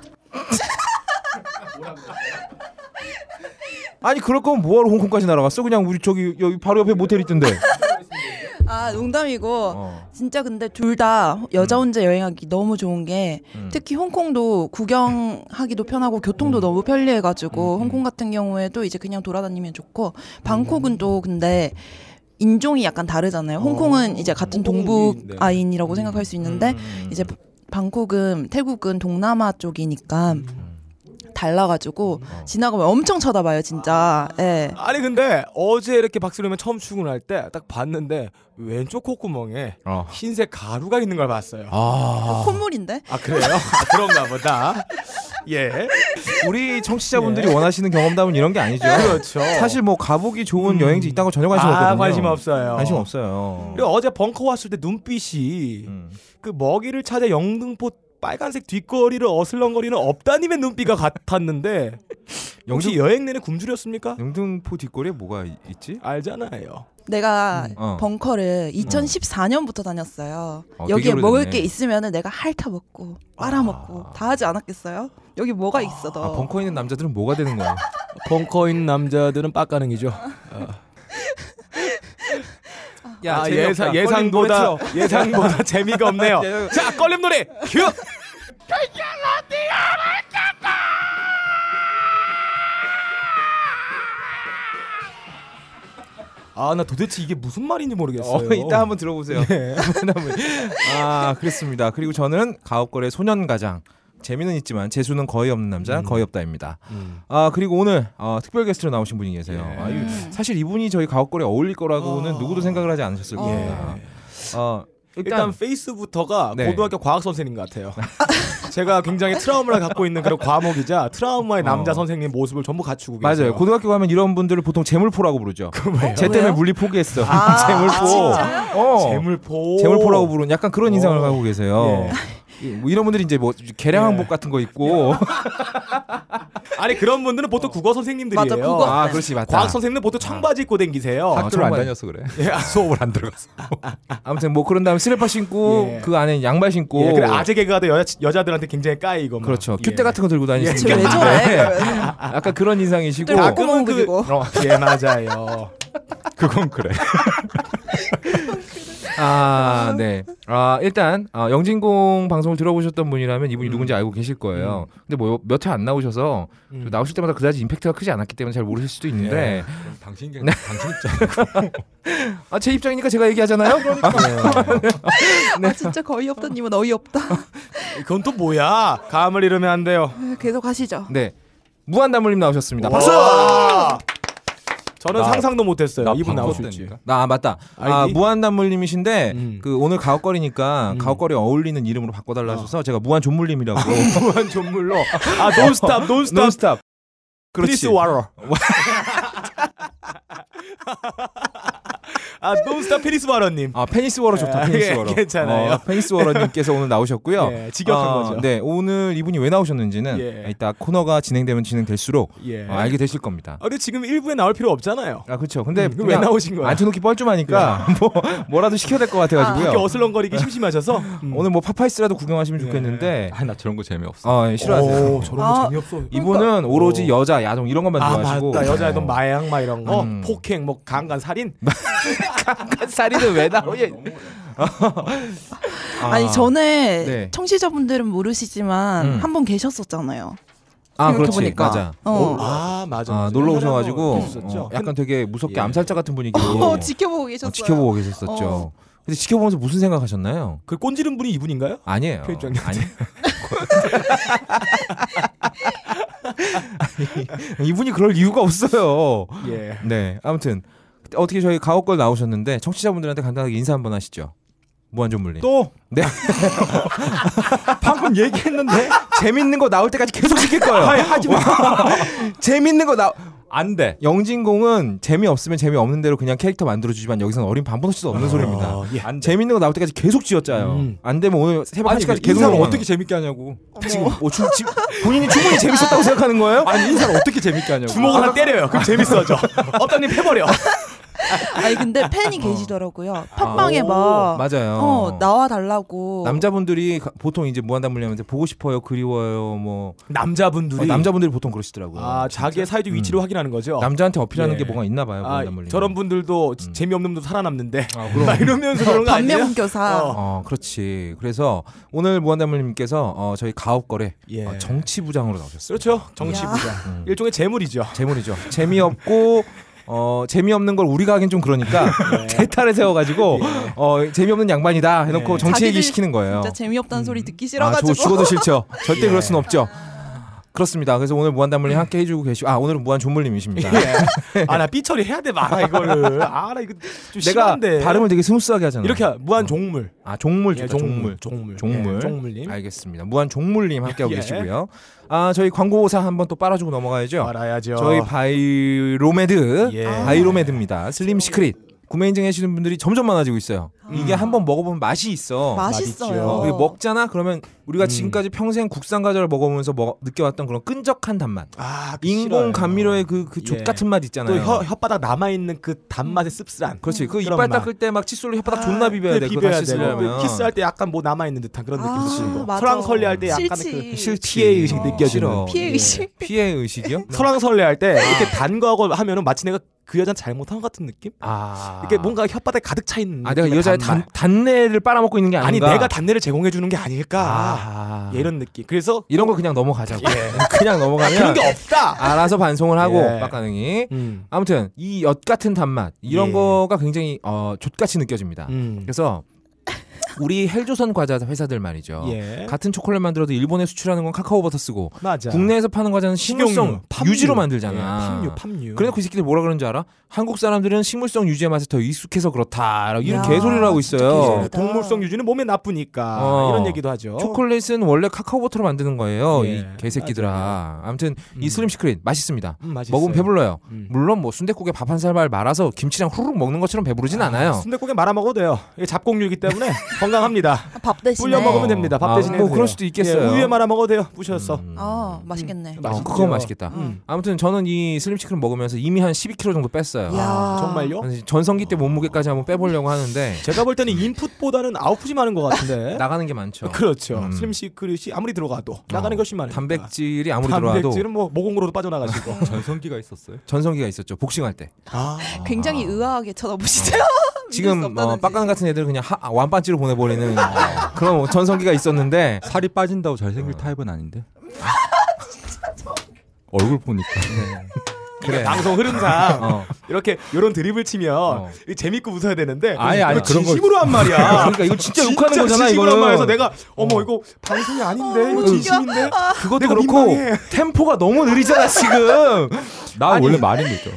Speaker 2: 아니 그럴 거면 뭐하러 홍콩까지 날아갔어? 그냥 우리 저기 여기 바로 옆에 모텔 있던데.
Speaker 3: 아 농담이고
Speaker 2: 어.
Speaker 3: 진짜 근데 둘 다 여자 혼자 여행하기 너무 좋은 게
Speaker 2: 음.
Speaker 3: 특히 홍콩도 구경하기도 편하고 교통도 너무
Speaker 2: 음,
Speaker 3: 편리해가지고 홍콩 같은 경우에도 이제 그냥 돌아다니면 좋고
Speaker 2: 음.
Speaker 3: 방콕은 또 근데 인종이 약간 다르잖아요.
Speaker 2: 어,
Speaker 3: 홍콩은 이제 같은
Speaker 1: 홍콩은
Speaker 3: 동북
Speaker 1: 우리, 네.
Speaker 3: 아인이라고 생각할 수 있는데
Speaker 2: 음.
Speaker 3: 이제 방콕은 태국은 동남아 쪽이니까
Speaker 2: 음,
Speaker 3: 달라가지고
Speaker 2: 어.
Speaker 3: 지나가면 엄청 쳐다봐요 진짜. 예.
Speaker 1: 아니 근데 어제 이렇게 박수리면 처음 출근할 때 딱 봤는데 왼쪽 콧구멍에
Speaker 2: 어.
Speaker 1: 흰색 가루가 있는 걸 봤어요.
Speaker 2: 아
Speaker 3: 콧물인데?
Speaker 1: 아 그래요? 아, 그런가 보다. 예.
Speaker 2: 우리 청취자분들이 원하시는 경험담은 이런 게 아니죠.
Speaker 1: 그렇죠.
Speaker 2: 사실 뭐 가보기 좋은 여행지 있다는 거 전혀 관심
Speaker 1: 음. 아,
Speaker 2: 없거든요.
Speaker 1: 관심 없어요.
Speaker 2: 관심 없어요.
Speaker 1: 그리고 어제 벙커 왔을 때 눈빛이
Speaker 2: 음.
Speaker 1: 그 먹이를 찾아 영등포 빨간색 뒷거리를 어슬렁거리는 업다님의 눈빛이 같았는데 혹시
Speaker 2: 영등-
Speaker 1: 여행 내내 굶주렸습니까?
Speaker 2: 영등포 뒷골에 뭐가 이- 있지?
Speaker 1: 알잖아요.
Speaker 3: 내가
Speaker 2: 어.
Speaker 3: 벙커를 2014년부터 다녔어요.
Speaker 2: 어, 되게
Speaker 3: 여기에 먹을
Speaker 2: 오래됐네.
Speaker 3: 게 있으면은 내가 핥아 먹고 빨아 먹고 다 하지 않았겠어요? 여기 뭐가 있어 너?
Speaker 2: 아, 벙커에 있는 남자들은 뭐가 되는 거야?
Speaker 1: 벙커인 남자들은 빡가능이죠.
Speaker 2: 야,
Speaker 1: 아,
Speaker 2: 재미없다.
Speaker 1: 예상,
Speaker 2: 걸린
Speaker 1: 예상보다
Speaker 2: 노래 틀어.
Speaker 1: 예상보다 재미가 없네요.
Speaker 2: 야,
Speaker 1: 자, 걸림 노래 큐. 아, 나 도대체 이게 무슨 말인지 모르겠어요. 네,
Speaker 2: 어, 이따 한번 들어보세요. 아, 그렇습니다. 그리고 저는 가옥걸의 소년 가장 재미는 있지만 재수는 거의 없는 남자 거의 없다입니다.
Speaker 1: 음. 예.
Speaker 2: 아 그리고 오늘 어, 특별 게스트로 나오신 분이 계세요. 아, 이- 사실 이분이 저희 가옥걸에 어울릴 거라고는
Speaker 1: 아.
Speaker 2: 누구도 생각을 하지 않으셨을 겁니다. 어,
Speaker 1: 일단,
Speaker 2: 일단,
Speaker 1: 페이스부터가
Speaker 2: 네.
Speaker 1: 고등학교 과학 선생님 같아요. 제가 굉장히 트라우마를 갖고 있는 그런 과목이자 트라우마의 남자
Speaker 2: 어.
Speaker 1: 선생님 모습을 전부 갖추고 계세요.
Speaker 2: 맞아요. 고등학교 가면 이런 분들을 보통 재물포라고 부르죠.
Speaker 1: 뭐예요?
Speaker 2: 쟤 때문에 물리 포기했어.
Speaker 3: 아,
Speaker 2: 재물포.
Speaker 3: 진짜요?
Speaker 2: 어.
Speaker 1: 재물포. 어.
Speaker 2: 재물포라고 부르는 약간 그런 인상을
Speaker 1: 오.
Speaker 2: 갖고 계세요.
Speaker 1: 예.
Speaker 2: 이- 뭐 이런 분들이 이제 뭐 계량항복 같은 거 입고
Speaker 1: 아니 그런 분들은 보통 국어 선생님들이에요.
Speaker 3: 맞아, 국어.
Speaker 2: 아 그렇지 맞다.
Speaker 1: 과학 선생님은 보통 청바지 입고 댕기세요.
Speaker 2: 아,
Speaker 4: 학교를 안
Speaker 2: 정말.
Speaker 4: 다녀서 그래.
Speaker 1: 예, 아,
Speaker 4: 수업을 안 들어갔어.
Speaker 2: 아무튼 뭐 그런 다음에 슬리퍼 신고
Speaker 1: 예.
Speaker 2: 그 안에 양말 신고
Speaker 1: 예, 그래 아재 개그가 더 여자 여자들한테 굉장히 까이고 막.
Speaker 2: 그렇죠.
Speaker 1: 예.
Speaker 2: 큐대 같은 거 들고 다니시는
Speaker 3: 쟤왜
Speaker 2: 분들.
Speaker 3: 저래?
Speaker 2: 약간 그런 인상이시고
Speaker 3: 또
Speaker 1: 가끔은
Speaker 3: 콧구멍
Speaker 1: 그-
Speaker 3: 그리고.
Speaker 1: 어, 예 맞아요.
Speaker 4: 그건 그래.
Speaker 2: 아, 네. 아, 일단 아, 영진공 방송을 들어보셨던 분이라면 이분이 누군지 알고 계실 거예요. 근데 뭐 몇 회 안 나오셔서
Speaker 1: 음.
Speaker 2: 나오실 때마다 그다지 임팩트가 크지 않았기 때문에 잘 모르실 수도 있는데 네.
Speaker 4: 그럼 당신 게 당신 입장.
Speaker 2: 아, 제 입장이니까 제가 얘기하잖아요.
Speaker 3: 아
Speaker 2: 네.
Speaker 3: 진짜 거의 없다님은 어이 없다.
Speaker 1: 그건 또 뭐야? 감을 잃으면 안 돼요.
Speaker 3: 계속 하시죠.
Speaker 2: 네. 무한담물님 나오셨습니다. 박수.
Speaker 1: 와! 저는
Speaker 4: 나-
Speaker 1: 상상도 못했어요. 이분
Speaker 4: 벙커
Speaker 1: 나오실지.
Speaker 4: 때니까.
Speaker 2: 아 맞다. 아
Speaker 1: 아이디?
Speaker 2: 무한담물님이신데
Speaker 1: 음.
Speaker 2: 그 오늘 가옥거리니까 가옥거리 어울리는 이름으로 바꿔달라 하셔서 제가 무한존물님이라고.
Speaker 1: 아, 예. 무한 존물로. 아 논스탑 논스탑.
Speaker 2: 논스탑.
Speaker 1: 플리스
Speaker 2: 그렇지.
Speaker 1: 와러. 아 논스탑 페리스 와러님.
Speaker 2: 아 페니스 워러 좋다.
Speaker 1: 아,
Speaker 2: 페니스
Speaker 1: 예,
Speaker 2: 워러.
Speaker 1: 괜찮아요.
Speaker 2: 어, 페니스 워러님께서 오늘 나오셨고요.
Speaker 1: 예, 직역한
Speaker 2: 어,
Speaker 1: 거죠.
Speaker 2: 네 오늘 이분이 왜 나오셨는지는 아,
Speaker 1: 예.
Speaker 2: 이따 코너가 진행되면 진행될수록
Speaker 1: 예.
Speaker 2: 어,
Speaker 1: 아,
Speaker 2: 알게 되실 겁니다.
Speaker 1: 근데 지금 1부에 나올 필요 없잖아요.
Speaker 2: 아 그렇죠. 근데
Speaker 1: 음, 그럼 왜 나오신 거야?
Speaker 2: 앉혀놓기 뻘쭘하니까 뭐 뭐라도 시켜야 될 것
Speaker 1: 이렇게 예.
Speaker 2: 같아가지고요. 네.
Speaker 1: 어슬렁거리기 심심하셔서 음.
Speaker 2: 오늘 뭐 파파이스라도 구경하시면 좋겠는데
Speaker 4: 아, 나 저런 거 재미없어.
Speaker 2: 어, 예, 싫어하세요.
Speaker 1: 오, 저런 거
Speaker 3: 아,
Speaker 1: 재미없어.
Speaker 2: 그러니까 이분은 오로지 여자, 야동 이런 것만
Speaker 1: 아
Speaker 2: 좋아하시고
Speaker 1: 맞다 여자애던 마약 막 이런 거
Speaker 2: 음.
Speaker 1: 폭행 뭐 강간 살인 어.
Speaker 2: 살이는 왜 나오냐?
Speaker 3: 아. 니 전에
Speaker 2: 네.
Speaker 3: 청취자분들은 모르시지만
Speaker 2: 음.
Speaker 3: 한 번 계셨었잖아요.
Speaker 2: 아
Speaker 3: 생각해보니까.
Speaker 2: 그렇지 맞아.
Speaker 3: 어.
Speaker 1: 아 맞아
Speaker 2: 아,
Speaker 1: 맞아.
Speaker 2: 놀러 오셔가지고
Speaker 1: 옛날에 한번
Speaker 2: 어,
Speaker 1: 있었죠.
Speaker 2: 약간 되게 무섭게
Speaker 1: 예.
Speaker 2: 암살자 같은 분위기로
Speaker 3: 어, 지켜보고 계셨어요.
Speaker 2: 어, 지켜보고 계셨었죠.
Speaker 3: 어.
Speaker 2: 근데 지켜보면서 무슨 생각하셨나요?
Speaker 1: 그 꼰지른 분이 이분인가요?
Speaker 2: 아니에요.
Speaker 1: 표정이
Speaker 2: 아니. 아니, 이분이 그럴 이유가 없어요.
Speaker 1: 예.
Speaker 2: 네, 아무튼 어떻게 저희 가옥걸 나오셨는데 청취자분들한테 간단하게 인사 한번 하시죠. 무한존물님.
Speaker 1: 또
Speaker 2: 네. 방금 얘기했는데 재밌는 거 나올 때까지 계속 시킬 거예요. 하지 마. 재밌는 거 나.
Speaker 4: 안 돼.
Speaker 2: 영진공은 재미 없으면 재미 없는 대로 그냥 캐릭터 만들어 주지만 여기서는 어린 반버릇도 없는 소리입니다.
Speaker 1: 예.
Speaker 4: 안 돼.
Speaker 2: 재밌는 거 나올 때까지 계속 쥐어짜요.
Speaker 1: 음.
Speaker 2: 안 되면 오늘 새벽
Speaker 4: 아니
Speaker 2: 1시까지
Speaker 4: 그
Speaker 2: 계속
Speaker 4: 인사를
Speaker 2: 먹어요.
Speaker 4: 어떻게 재밌게 하냐고. 아.
Speaker 2: 지금 뭐 주, 지, 본인이 충분히 재밌었다고 생각하는 거예요?
Speaker 4: 아니 인사를 어떻게 재밌게 하냐고.
Speaker 1: 주먹으로 한 때려요. 그럼 재밌어져. 어떤님 해버려.
Speaker 3: 아니 근데 팬이 계시더라고요. 팟빵에
Speaker 2: 어. 아, 오,
Speaker 3: 막
Speaker 2: 맞아요.
Speaker 3: 어, 나와 달라고.
Speaker 2: 남자분들이 가- 보통 이제 무한담물리하면 이제 보고 싶어요, 그리워요, 뭐
Speaker 1: 남자분들이
Speaker 2: 어, 남자분들이 보통 그러시더라고요.
Speaker 1: 아 자기의 사회적 위치를
Speaker 2: 음.
Speaker 1: 확인하는 거죠.
Speaker 2: 남자한테 어필하는
Speaker 1: 예.
Speaker 2: 게 뭐가 있나 봐요,
Speaker 1: 아,
Speaker 2: 무한담물리.
Speaker 1: 저런 분들도 지-
Speaker 2: 음.
Speaker 1: 재미없는 분도 살아남는데
Speaker 2: 아,
Speaker 1: 막
Speaker 2: 그럼.
Speaker 1: 이러면서 그런 거 아니에요?
Speaker 3: 반면교사.
Speaker 1: 어.
Speaker 2: 어, 그렇지. 그래서 오늘 무한담물님께서 어, 저희 가업거래
Speaker 1: 예.
Speaker 2: 어, 정치부장으로 나오셨어요.
Speaker 1: 그렇죠. 정치부자
Speaker 2: 음.
Speaker 1: 일종의 재물이죠.
Speaker 2: 재물이죠. 재미없고 어 재미없는 걸 우리가 하긴 좀 그러니까
Speaker 1: 예.
Speaker 2: 제 탈에 세워가지고 어 재미없는 양반이다 해놓고
Speaker 1: 예.
Speaker 2: 정치 얘기
Speaker 3: 자기들
Speaker 2: 시키는 거예요.
Speaker 3: 진짜 재미없다는 소리 듣기
Speaker 2: 아,
Speaker 3: 싫어가지고.
Speaker 2: 저 죽어도 싫죠. 절대
Speaker 1: 예. 음.
Speaker 2: 그럴 순 없죠. 그렇습니다. 그래서 오늘 무한담물님 함께 해주고 계시고 아 오늘은
Speaker 1: 네.
Speaker 2: 무한존물님이십니다.
Speaker 1: 예. 아나 삐처리 해야 돼 마라 이거를. 아나 이거 좀
Speaker 2: 내가
Speaker 1: 심한데.
Speaker 2: 발음을 되게 스무스하게 하잖아.
Speaker 1: 이렇게 하- 무한 종물.
Speaker 2: 아 종물
Speaker 1: 예,
Speaker 2: 좋다. 종물.
Speaker 1: 종물
Speaker 2: 종물.
Speaker 1: 예, 종물님
Speaker 2: 알겠습니다. 무한 종물님 함께하고
Speaker 1: 예.
Speaker 2: 계시고요. 아 저희 광고사 한번 또 빨아주고 넘어가야죠.
Speaker 1: 알아야죠.
Speaker 2: 저희 바이로메드
Speaker 1: 예.
Speaker 2: 바이로메드입니다. 슬림 시크릿 구매 인증해 주시는 분들이 점점 많아지고 있어요.
Speaker 1: 음.
Speaker 2: 이게 한번 먹어보면 맛이 있어.
Speaker 1: 맛있죠.
Speaker 3: 맛있어요.
Speaker 2: 어, 그리고 먹잖아 그러면
Speaker 1: 음.
Speaker 2: 우리가 지금까지 평생 국산 과자를 먹어보면서 먹, 느껴왔던 그런 끈적한 단맛
Speaker 1: 아, 그 싫어요.
Speaker 2: 인공 감미료의 그그족
Speaker 1: 예.
Speaker 2: 같은 맛
Speaker 1: 또
Speaker 2: 있잖아요
Speaker 1: 혀, 혓바닥 남아 있는 그 단맛의 씁쓸한
Speaker 2: 그렇지 그
Speaker 1: 그런
Speaker 2: 이빨
Speaker 1: 맛. 아,
Speaker 2: 닦을 때 막 칫솔로 혓바닥 존나 비벼야 돼 그거
Speaker 1: 비벼야
Speaker 2: 다시
Speaker 1: 돼.
Speaker 2: 쓰려면
Speaker 1: 키스할 때 약간 뭐 남아 있는 듯한 그런
Speaker 3: 아,
Speaker 1: 느낌도 들고
Speaker 3: 맞아.
Speaker 1: 설왕설래할 때 약간
Speaker 3: 싫지.
Speaker 1: 그
Speaker 2: 싫지.
Speaker 1: 피해 의식 느껴지는.
Speaker 2: 싫어.
Speaker 3: 피해 의식.
Speaker 2: 예.
Speaker 3: 네.
Speaker 2: 피해 의식이요?
Speaker 1: 네. 설왕설래할 때 이렇게 단 거하고 하면은 마치 내가 그 여자는 잘못한 것 같은 느낌?
Speaker 2: 아
Speaker 1: 이렇게 뭔가 혓바닥에 가득 차 있는.
Speaker 2: 아 내가 이
Speaker 1: 느낌의
Speaker 2: 여자의
Speaker 1: 단맛.
Speaker 2: 단, 단내를 빨아먹고 있는 게
Speaker 1: 아니
Speaker 2: 아닌가
Speaker 1: 내가 단내를 제공해 주는 게 아닐까.
Speaker 2: 아.
Speaker 1: 예, 이런 느낌. 그래서 아,
Speaker 2: 이런 거 그냥 넘어가자고. 그냥 넘어가면
Speaker 1: 예. 그런 게 없다.
Speaker 2: 알아서 반송을 하고
Speaker 1: 예.
Speaker 2: 빡가능이
Speaker 1: 음.
Speaker 2: 아무튼 이 엿 같은 단맛 이런
Speaker 1: 예.
Speaker 2: 거가 굉장히 어, 족같이 느껴집니다.
Speaker 1: 음.
Speaker 2: 그래서 우리 헬조선 과자 회사들 말이죠.
Speaker 1: 예.
Speaker 2: 같은 초콜릿 만들어도 일본에 수출하는 건 카카오 버터 쓰고
Speaker 1: 맞아.
Speaker 2: 국내에서 파는 과자는 식물성 유지로
Speaker 1: 예,
Speaker 2: 만들잖아.
Speaker 1: 팜유, 팜유.
Speaker 2: 그래놓고 이 새끼들 뭐라 그러는 줄 알아? 한국 사람들은 식물성 유지의 맛에 더 익숙해서 그렇다. 이런
Speaker 3: 야,
Speaker 2: 개소리를 하고
Speaker 3: 진짜
Speaker 2: 있어요.
Speaker 3: 개소리다.
Speaker 1: 예, 동물성 유지는 몸에 나쁘니까
Speaker 2: 어.
Speaker 1: 이런 얘기도 하죠.
Speaker 2: 초콜릿은 원래 카카오버터로 만드는 거예요.
Speaker 1: 예,
Speaker 2: 이 개새끼들아. 아무튼이
Speaker 1: 음.
Speaker 2: 슬림 시크릿 맛있습니다.
Speaker 1: 음, 맛있어요.
Speaker 2: 먹으면 배불러요.
Speaker 1: 음.
Speaker 2: 물론 뭐순댓국에 밥 한 살발 말아서 김치랑 후루룩 먹는 것처럼 배부르진 않아요.
Speaker 1: 순대국에 말아 먹어도 돼요. 이게 잡곡류이기 때문에 건강합니다.
Speaker 3: 아, 밥 대신에.
Speaker 1: 불려 먹으면 됩니다. 밥
Speaker 2: 아,
Speaker 1: 대신에.
Speaker 2: 뭐
Speaker 1: 해도
Speaker 2: 그럴
Speaker 1: 돼요.
Speaker 2: 수도 있겠어요.
Speaker 1: 예, 우유에 말아 먹어도 돼요. 부셔서.
Speaker 2: 음.
Speaker 3: 어, 맛있겠네.
Speaker 1: 맛있죠.
Speaker 2: 어, 그건 맛있겠다.
Speaker 1: 음.
Speaker 2: 아무튼 저는 이 슬림 시크릿 먹으면서 이미 한 12kg 정도 뺐어요.
Speaker 3: 야.
Speaker 1: 아, 정말요?
Speaker 2: 사실 전성기 때 몸무게까지 한번 빼보려고 하는데
Speaker 1: 제가 볼 때는 인풋보다는 아웃풋이 많은 것 같은데.
Speaker 2: 나가는 게 많죠.
Speaker 1: 네? 그렇죠.
Speaker 2: 음.
Speaker 1: 슬림 시크릿이 아무리 들어가도 나가는 것이 많아요.
Speaker 2: 단백질이 아무리 들어와도
Speaker 1: 단백질은 뭐 모공으로도 빠져나가시고.
Speaker 4: 전성기가 있었어요.
Speaker 2: 전성기가 있었죠. 복싱할 때.
Speaker 1: 아.
Speaker 3: 굉장히 의아하게 쳐다보시죠. 믿을 수
Speaker 2: 지금 어,
Speaker 3: 없다는지.
Speaker 2: 빡가는 같은 애들은 그냥 하, 아, 완반지로 보내버리는 어, 그런 전성기가 있었는데 어.
Speaker 4: 살이 빠진다고 잘생길 타입은 아닌데. 얼굴 보니까
Speaker 2: 그래.
Speaker 1: 방송 흐름상
Speaker 2: 어.
Speaker 1: 이렇게 요런 드립을 치면
Speaker 2: 어.
Speaker 1: 재밌고 웃어야 되는데
Speaker 4: 아니, 아니,
Speaker 1: 이거
Speaker 4: 그런 거-
Speaker 1: 진심으로 한 말이야.
Speaker 2: 그러니까 이거 진짜 욕하는 어, 거잖아
Speaker 1: 진심으로 한 말에서
Speaker 2: 이거는.
Speaker 1: 내가 어머 이거 방송이 아닌데 이거 진심인데
Speaker 2: 그것도
Speaker 1: 내가
Speaker 2: 그렇고
Speaker 1: 민망해.
Speaker 2: 템포가 너무 느리잖아 지금.
Speaker 4: 나 원래 말이 늦죠.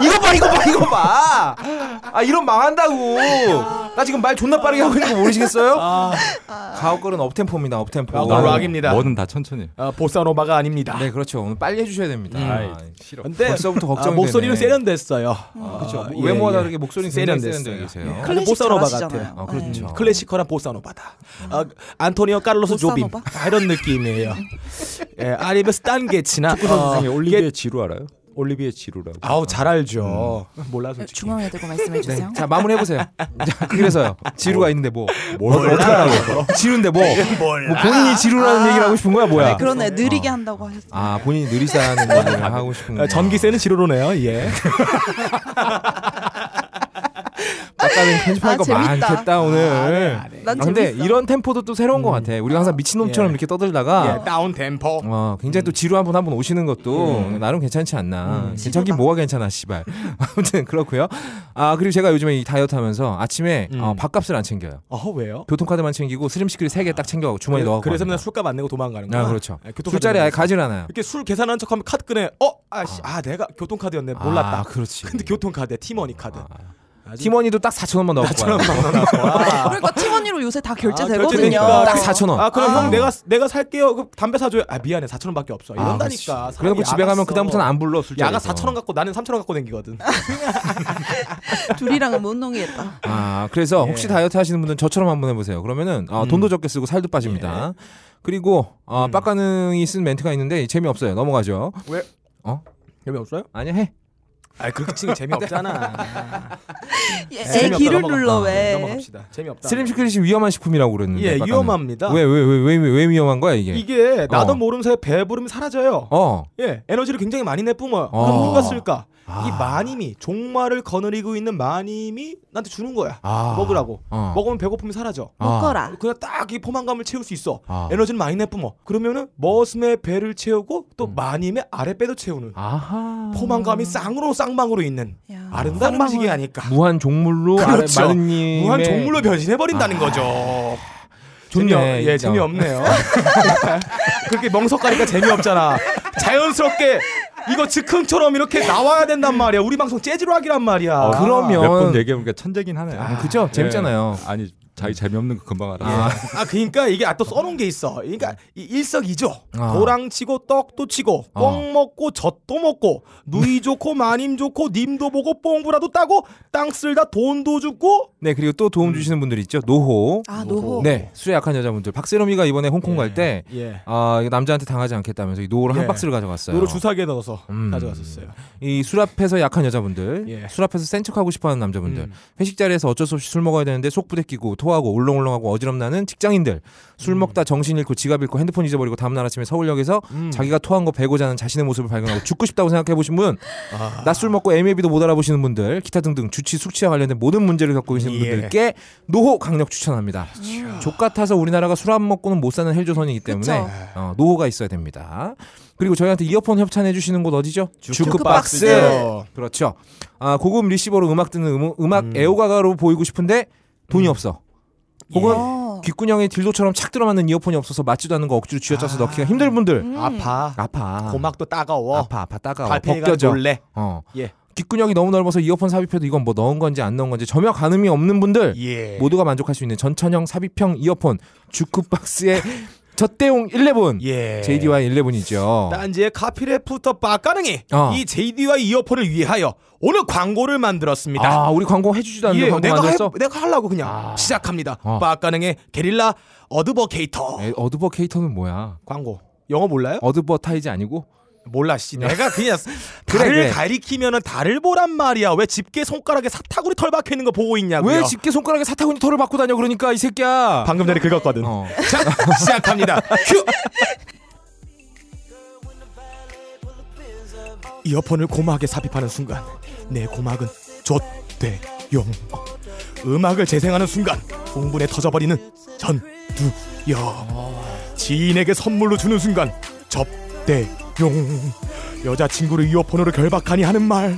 Speaker 2: 이거 봐 이거 봐 이거 봐. 아 이런 망한다고. 나 지금 말 존나 빠르게 하고 있는 거 모르시겠어요? 가옥걸은 업템포입니다 업템포.
Speaker 4: 아,
Speaker 1: 가옥걸 어, 락입니다.
Speaker 4: 뭐는 다 천천히.
Speaker 1: 아, 보사노바가 아닙니다.
Speaker 2: 네 그렇죠. 오늘 빨리 해주셔야 됩니다.
Speaker 4: 아이,
Speaker 2: 싫어.
Speaker 1: 근데
Speaker 2: 벌써부터 걱정이
Speaker 1: 아, 목소리는
Speaker 2: 되네.
Speaker 1: 세련됐어요.
Speaker 2: 그렇죠.
Speaker 1: 아, 예,
Speaker 2: 외모와
Speaker 1: 예.
Speaker 2: 다르게 목소리는 굉장히 세련되어 계세요.
Speaker 1: 예,
Speaker 3: 클래식
Speaker 1: 보사노바
Speaker 3: 잘하시잖아요. 네.
Speaker 1: 같아요.
Speaker 2: 아, 그렇죠.
Speaker 1: 음, 클래시컬한 보사노바다. 아, 안토니오 카를로스 조빔
Speaker 3: 보사노바?
Speaker 1: 아, 이런 느낌이에요. 예, 아니면 스탄게치나 어,
Speaker 4: 올리비에 지루 알아요? 올리비에 지루라고.
Speaker 1: 아우 잘 알죠.
Speaker 2: 음.
Speaker 1: 몰라 솔직히.
Speaker 3: 중앙에 대고 말씀해 주세요.
Speaker 2: 자 마무리 해보세요. 자, 그래서요. 지루가 있는데 뭐? 뭘 어떡하라고? 지루인데 뭐? 뭐 본인이 지루라는 얘기를 하고 싶은 거야 뭐야?
Speaker 3: 아, 그러네 느리게 한다고 하셨어요.
Speaker 2: 아 본인이 느리다는 얘기를 하고 싶은
Speaker 1: 아,
Speaker 2: 거야.
Speaker 1: 전기세는 지루로네요. 예.
Speaker 2: 아까는 편집할
Speaker 3: 아,
Speaker 2: 거
Speaker 3: 재밌다.
Speaker 2: 많겠다 오늘.
Speaker 3: 난
Speaker 2: 아, 근데
Speaker 3: 네. 재밌어.
Speaker 2: 이런 템포도 또 새로운 것 같아. 우리가 항상 미친놈처럼
Speaker 1: 예.
Speaker 2: 이렇게 떠들다가
Speaker 1: 예, 다운 템포.
Speaker 2: 어, 굉장히 또 지루한 분 한 분 오시는 것도
Speaker 1: 음.
Speaker 2: 나름 괜찮지 않나. 괜찮긴 뭐가 괜찮아, 씨발. 아무튼 그렇고요. 아 그리고 제가 요즘에 이 다이어트 하면서 아침에
Speaker 1: 음.
Speaker 2: 어, 밥값을 안 챙겨요.
Speaker 1: 어
Speaker 2: 그
Speaker 1: 왜요?
Speaker 2: 교통카드만 챙기고 스림시크릿 3개 딱 챙겨가고 주머니 넣어가고.
Speaker 1: 그래서 맨날
Speaker 2: 갑니다.
Speaker 1: 술값 안 내고 도망가는 거야.
Speaker 2: 아 그렇죠.
Speaker 1: 예, 교통카드
Speaker 2: 술자리 아예
Speaker 1: 내면서.
Speaker 2: 가질 않아요.
Speaker 1: 이렇게 술 계산하는 척하면 카드 끄네. 어, 아씨, 아 내가 교통카드였네. 몰랐다.
Speaker 2: 아, 그렇지.
Speaker 1: 근데 교통카드야, 팀원이 카드. 아주-
Speaker 2: 팀원이도 딱 4천 원만 넣고 와요.
Speaker 3: 그러니까 팀원이로 요새 다 결제
Speaker 1: 아,
Speaker 3: 되거든요.
Speaker 1: 결제되니까.
Speaker 2: 딱 4천 원.
Speaker 1: 아 그럼 형 내가 내가 살게요. 그 담배 사줘요. 아 미안해 4천 원밖에 없어.
Speaker 2: 아, 그렇지.
Speaker 1: 이런다니까.
Speaker 2: 그래놓고 집에 가면 그 다음부터는 안 불러 술자리.
Speaker 1: 야가 4천 원 갖고 나는 3천 원 갖고 댕기거든.
Speaker 3: 둘이랑은 못 농이겠다.
Speaker 2: 아
Speaker 1: 예.
Speaker 2: 그래서 혹시 다이어트 하시는 분들은 저처럼 한번 해보세요. 그러면은 아,
Speaker 1: 음.
Speaker 2: 돈도 적게 쓰고 살도 빠집니다.
Speaker 1: 예.
Speaker 2: 그리고 아, 빡가능이 쓴 멘트가 있는데 재미없어요. 넘어가죠.
Speaker 1: 왜?
Speaker 2: 어?
Speaker 1: 재미 없어요?
Speaker 2: 아니야 해.
Speaker 1: 아 그렇게 치기 재미없잖아.
Speaker 3: 예, 애
Speaker 1: 재미없다,
Speaker 3: 네. 귀를
Speaker 1: 넘어가.
Speaker 3: 눌러
Speaker 1: 아,
Speaker 3: 왜?
Speaker 1: 넘어갑시다. 재미없다.
Speaker 2: 슬림 시크릿이 위험한 식품이라고 그랬는데.
Speaker 1: 예,
Speaker 2: 아까는.
Speaker 1: 위험합니다.
Speaker 2: 그 네, 왜, 왜, 왜, 왜, 왜 위험한 거야 이게?
Speaker 1: 이게 나도
Speaker 2: 어.
Speaker 1: 모름 사이 배부름이 사라져요.
Speaker 2: 어.
Speaker 1: 예, 에너지를 굉장히 많이 내뿜어요.
Speaker 2: 어.
Speaker 1: 그럼 누가 쓸까?
Speaker 2: 아.
Speaker 1: 이 마님이 종말을 거느리고 있는 마님이 나한테 주는 거야.
Speaker 2: 아.
Speaker 1: 먹으라고.
Speaker 2: 어.
Speaker 1: 먹으면 배고픔이 사라져.
Speaker 2: 아.
Speaker 3: 먹거라.
Speaker 1: 그냥 딱 이 포만감을 채울 수 있어.
Speaker 2: 아.
Speaker 1: 에너지는 많이 내뿜어. 그러면은 머슴의 배를 채우고 또 마님의 아랫배도 채우는
Speaker 2: 음. 아하.
Speaker 1: 포만감이 쌍으로 쌍방으로 있는
Speaker 3: 야.
Speaker 1: 아름다운
Speaker 3: 쌍방울.
Speaker 1: 음식이 아닐까.
Speaker 2: 무한 종물로
Speaker 1: 그렇죠.
Speaker 2: 아래 마르님
Speaker 1: 무한 종물로 변신해 버린다는
Speaker 2: 아.
Speaker 1: 거죠.
Speaker 2: 좋네.
Speaker 1: 재미없- 예, 재미없네요. 그렇게 멍석가니까 재미없잖아. 자연스럽게 이거 즉흥처럼 이렇게 나와야 된단 말이야. 우리 방송 재즈로 하기란 말이야.
Speaker 4: 아,
Speaker 2: 그러면-
Speaker 4: 몇번 얘기해보니까 천재긴 하네.
Speaker 2: 아, 그죠?
Speaker 1: 예.
Speaker 2: 재밌잖아요.
Speaker 4: 아니 자기 재미없는 거 금방 알아.
Speaker 1: 아, 아, 그러니까 이게 아, 또 써놓은 게 있어. 그러니까 이 일석이조.
Speaker 2: 아.
Speaker 1: 도랑 치고 떡도 치고 뻥 먹고 젖도 먹고 누이 좋고 마님 좋고 님도 보고 뽕부라도 따고 땅 쓸다 돈도 줍고
Speaker 2: 네 그리고 또
Speaker 1: 음.
Speaker 2: 도움 주시는 분들 있죠. 노호.
Speaker 3: 아 노호.
Speaker 2: 네 술에 약한 여자분들. 박세롬이가 이번에 홍콩 갈 때.
Speaker 1: 예.
Speaker 2: 아 이거 남자한테 당하지 않겠다면서 이 노호를
Speaker 1: 예.
Speaker 2: 한 박스를 가져갔어요.
Speaker 1: 노로 주사기에 넣어서
Speaker 2: 음.
Speaker 1: 가져갔었어요.
Speaker 2: 이 술 앞에서 약한 여자분들,
Speaker 1: 예.
Speaker 2: 술 앞에서 센 척하고 싶어하는 남자분들,
Speaker 1: 음.
Speaker 2: 회식 자리에서 어쩔 수 없이 술 먹어야 되는데 속 부대끼고 토하고 울렁울렁하고 어지럼 나는 직장인들, 술 먹다 정신 잃고 지갑 잃고 핸드폰 잊어버리고 다음날 아침에 서울역에서
Speaker 1: 음.
Speaker 2: 자기가 토한 거 베고 자는 자신의 모습을 발견하고 죽고 싶다고 생각해 보신 분,
Speaker 1: 아.
Speaker 2: 낮술 먹고 애매비도 못 알아보시는 분들, 기타 등등 주치 숙취와 관련된 모든 문제를 겪고 계시는
Speaker 1: 예. 아,
Speaker 2: 분들께 노호 강력 추천합니다. 족 같아서 우리나라가 술 안 먹고는 못 사는 헬조선이기 때문에
Speaker 3: 그쵸.
Speaker 1: 네.
Speaker 2: 어, 노호가 있어야 됩니다. 그리고 저희한테 이어폰 협찬해 주시는 곳 어디죠?
Speaker 3: 주크박스.
Speaker 2: 그렇죠. 아 고급 리시버로 음악 듣는 음, 음악 애호가가로 보이고 싶은데
Speaker 1: 음.
Speaker 2: 돈이 없어.
Speaker 1: 예. 네,
Speaker 2: 혹은
Speaker 3: 어.
Speaker 2: 귓구녕에 딜도처럼 착 들어맞는 이어폰이 없어서 맞지도 않는 거 억지로 쥐어짜서 넣기가 힘들 분들
Speaker 1: 음. 아파.
Speaker 2: 아파
Speaker 1: 아. 고막도 따가워.
Speaker 2: 아파 아파 따가워
Speaker 1: 발팽이가
Speaker 2: 벗겨져
Speaker 1: 놀래.
Speaker 2: 어
Speaker 1: 예.
Speaker 2: 귓구녕이 너무 넓어서 이어폰 삽입해도 이건 뭐 넣은 건지 안 넣은 건지 전혀 가늠이 없는 분들
Speaker 1: 예.
Speaker 2: 모두가 만족할 수 있는 전천형 삽입형 이어폰 주크박스의 젖대용 11
Speaker 1: 예.
Speaker 2: JDY 11이죠
Speaker 1: 딴지의 카피레프터 빠까능이
Speaker 2: 어.
Speaker 1: 이 JD와 이어폰을 위하여 오늘 광고를 만들었습니다.
Speaker 2: 아 우리 광고 해주지도 않는
Speaker 1: 예,
Speaker 2: 광고
Speaker 1: 내가
Speaker 2: 만들었어
Speaker 1: 해, 내가 하려고 그냥 시작합니다.
Speaker 2: 어.
Speaker 1: 빠까능의 게릴라 어드버케이터
Speaker 2: 에, 어드버케이터는 뭐야
Speaker 1: 광고. 영어 몰라요?
Speaker 2: 어드버타이즈 아니고
Speaker 1: 몰라 씨. 내가 그냥
Speaker 2: 그래,
Speaker 1: 달을
Speaker 2: 그래.
Speaker 1: 가리키면은 달을 보란 말이야. 왜 집게 손가락에 사타구리 털 박혀 있는 거 보고 있냐고요?
Speaker 2: 왜 집게 손가락에 사타구니 털을 받고 다녀 그러니까 이 새끼야
Speaker 1: 방금 전에 긁었거든.
Speaker 2: 어.
Speaker 1: 자, 시작합니다. 큐. 이어폰을 고막에 삽입하는 순간 내 고막은 좆대용 음악을 재생하는 순간 흥분에 터져버리는 전두여 지인에게 선물로 주는 순간 접대용 여자친구를 이어폰으로 결박하니 하는 말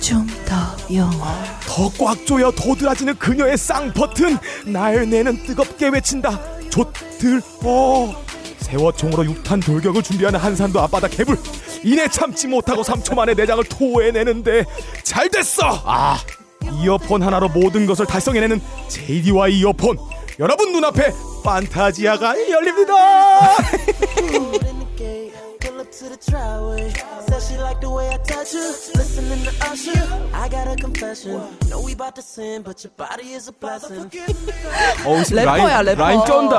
Speaker 3: 좀 더 영어.
Speaker 1: 더 꽉 조여 도드라지는 그녀의 쌍버튼 날 내는 뜨겁게 외친다 좋들어 세워총으로 육탄 돌격을 준비하는 한산도 앞바다 개불 이내 참지 못하고 3초 만에 내장을 토해내는데 잘 됐어 아 이어폰 하나로 모든 것을 달성해내는 JD와 이어폰 여러분 눈앞에 판타지아가 열립니다
Speaker 5: food in the gate. Pull up to the driveway. Said she liked the way I touch her. Listening to Usher. I got a confession. Know we about to sin, but your body is a blessing.
Speaker 2: 어우, 지금
Speaker 3: 래퍼야,
Speaker 2: 라인,
Speaker 3: 래퍼.
Speaker 2: 라인 쩐다.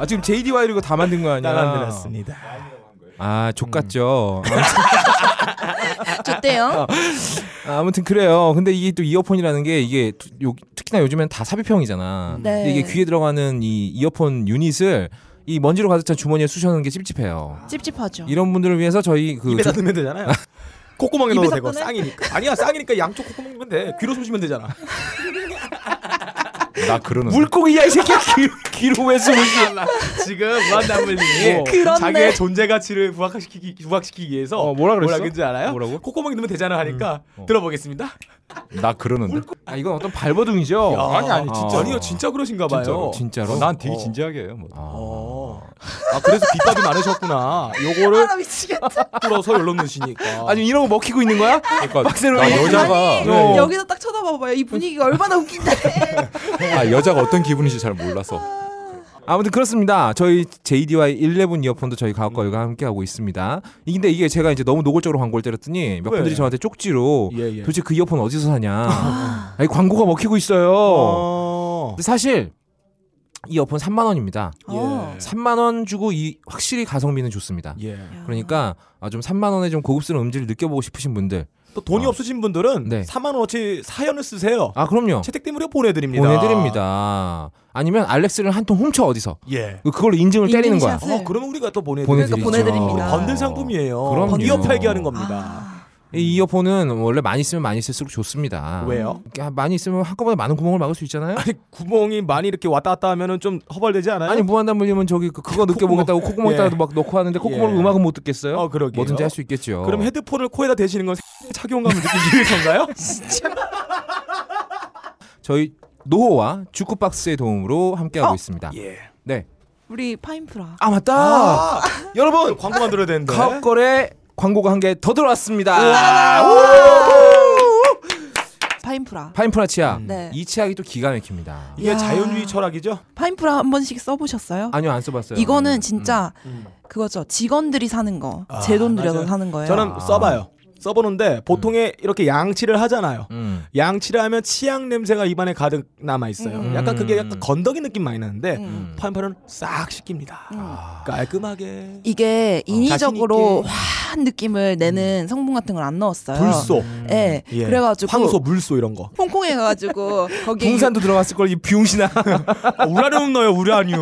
Speaker 2: 아, 지금 JDY로 이거 다 만든 거 아니야? 아, 족같죠.
Speaker 3: 좋대요.
Speaker 2: 아, 아무튼 그래요. 근데 이게 또 이어폰이라는 게 이게 두- 요- 특히나 요즘엔 다 삽입형이잖아.
Speaker 3: 네.
Speaker 2: 근데 이게 귀에 들어가는 이 이어폰 유닛을 이 먼지로 가득 찬 주머니에 쑤셔는 게 찝찝해요.
Speaker 3: 찝찝하죠.
Speaker 2: 이런 분들을 위해서 저희 그
Speaker 1: 입에다
Speaker 2: 조-
Speaker 1: 넣으면 되잖아요 콧구멍에 넣어도
Speaker 3: 입에서
Speaker 1: 되고
Speaker 3: 꺼내?
Speaker 1: 쌍이니까 아니야 쌍이니까 양쪽 콧구멍이면 돼 귀로 숨 쉬면 되잖아
Speaker 4: 나 그러는.
Speaker 2: 물고기야 이 새끼야 귀, 로왜 숨을 쉬-
Speaker 1: 지금 무한담블님이
Speaker 3: 그렇네.
Speaker 1: 자기의 존재 가치를 부각시키기, 부각시키기 위해서
Speaker 2: 어, 뭐라 그랬어?
Speaker 1: 그랬는지 알아요?
Speaker 2: 뭐라고?
Speaker 1: 콧구멍이 넣으면 되잖아 하니까 들어보겠습니다.
Speaker 4: 나 그러는데.
Speaker 2: 아, 이건 어떤 발버둥이죠.
Speaker 1: 아니 아니
Speaker 2: 진짜로.
Speaker 1: 아니요 진짜 그러신가 봐요.
Speaker 2: 진짜로. 진짜로.
Speaker 4: 어, 난 되게 진지하게 해요. 뭐.
Speaker 1: 어. 아 그래서 비법이 많으셨구나. 요거를
Speaker 3: 아, 미치겠다.
Speaker 1: 뚫어서 열로 넣으시니까.
Speaker 2: 아니 이런 거 먹히고 있는 거야?
Speaker 4: 그러니까 네,
Speaker 2: 박세롬이
Speaker 4: 나 여자가
Speaker 3: 아니,
Speaker 2: 어.
Speaker 3: 여기서 딱 쳐다봐봐요. 이 분위기가 얼마나 웃긴데.
Speaker 4: 아 여자가 어떤 기분인지 잘 몰라서.
Speaker 2: 아무튼 그렇습니다. 저희 JDY 11 이어폰도 저희 가옥과 일과 함께 하고 있습니다. 이- 근데 이게 제가 이제 너무 노골적으로 광고를 때렸더니 몇
Speaker 1: 왜?
Speaker 2: 분들이 저한테 쪽지로
Speaker 1: 예, 예.
Speaker 2: 도대체 그 이어폰 어디서 사냐. 아니 광고가 먹히고 있어요.
Speaker 1: 어.
Speaker 2: 근데 사실 이 이어폰 3만 원입니다.
Speaker 1: 예.
Speaker 3: 어.
Speaker 2: 3만 원 주고 이 확실히 가성비는 좋습니다.
Speaker 1: 네. 예.
Speaker 2: 그러니까 아, 좀 3만 원에 좀 고급스러운 음질을 느껴보고 싶으신 분들
Speaker 1: 또 돈이
Speaker 2: 아.
Speaker 1: 없으신 분들은
Speaker 2: 네.
Speaker 1: 4만 원어치 사연을 쓰세요.
Speaker 2: 아 그럼요.
Speaker 1: 채택된 무료 보내드립니다.
Speaker 2: 보내드립니다. 아니면 알렉스를 한 통 훔쳐 어디서
Speaker 1: 예.
Speaker 2: 그걸로 인증을 때리는 거야.
Speaker 3: 인증샷.
Speaker 1: 어, 그러면 우리가 또 보내드립니다.
Speaker 2: 보내드리죠.
Speaker 3: 그러니까 보내드립니다. 아.
Speaker 1: 번들 상품이에요.
Speaker 2: 그럼요.
Speaker 1: 이어 팔기 하는 겁니다.
Speaker 2: 이 이어폰은 원래 많이 쓰면 많이 쓸수록 좋습니다.
Speaker 1: 음. 왜요?
Speaker 2: 이렇게 많이 쓰면 한꺼번에 많은 구멍을 막을 수 있잖아요.
Speaker 1: 아니 구멍이 많이 이렇게 왔다 갔다 하면은 좀 허벌되지 않아요?
Speaker 2: 아니 무한담 물리면 저기 그- 그거 느껴보겠다고 콧구멍에다가 막 넣고 하는데 콧구멍으로
Speaker 1: 예.
Speaker 2: 음악은 못 듣겠어요?
Speaker 1: 어, 그러게요.
Speaker 2: 뭐든지 할 수 있겠죠.
Speaker 1: 그럼 헤드폰을 코에다 대시는 건 착용감을 느끼기 위해서인가요?
Speaker 2: 저희 노호와 주크박스의 도움으로 함께하고
Speaker 3: 어.
Speaker 2: 있습니다.
Speaker 1: 예.
Speaker 2: 네.
Speaker 3: 우리 파인프라.
Speaker 2: 아 맞다.
Speaker 1: 아, 여러분 광고 만들어야 되는데.
Speaker 2: 카업걸에 광고가 한 개 더
Speaker 1: 아,
Speaker 2: 들어왔습니다. 아,
Speaker 3: 파인프라.
Speaker 2: 파인프라 치약.
Speaker 3: 네.
Speaker 2: 이 치약이 또 기가 막힙니다.
Speaker 1: 이게
Speaker 3: 야.
Speaker 1: 자연주의 철학이죠?
Speaker 3: 파인프라 한 번씩 써보셨어요?
Speaker 2: 아니요 안
Speaker 1: 네.
Speaker 2: 써봤어요.
Speaker 3: 이거는
Speaker 2: 음.
Speaker 3: 진짜 그거죠. 직원들이 사는 거. 제 돈 들여서
Speaker 1: 맞아요. 아. 음.
Speaker 3: 사는 거예요.
Speaker 1: 저는 써봐요. 써보는데 보통에 이렇게 양치를 하잖아요.
Speaker 2: 음.
Speaker 1: 양치를 하면 치약 냄새가 입안에 가득 남아 있어요.
Speaker 3: 음.
Speaker 1: 약간 그게 약간 건더기 느낌 많이 나는데
Speaker 3: 음.
Speaker 1: 파인프라는 싹 씻깁니다. 깔끔하게
Speaker 3: 이게 인위적으로
Speaker 1: 어, 자신 있게. 음.
Speaker 3: 화한 느낌을 내는 성분 같은 걸 안 넣었어요.
Speaker 1: 불소,
Speaker 3: 예.
Speaker 1: 예.
Speaker 3: 그래가지고
Speaker 1: 황소, 물소 이런 거.
Speaker 3: 홍콩에 가가지고 거기
Speaker 2: 풍산도 들어갔을 걸이 비용신아.
Speaker 1: 아, 우라늄 넣어요, 우라늄.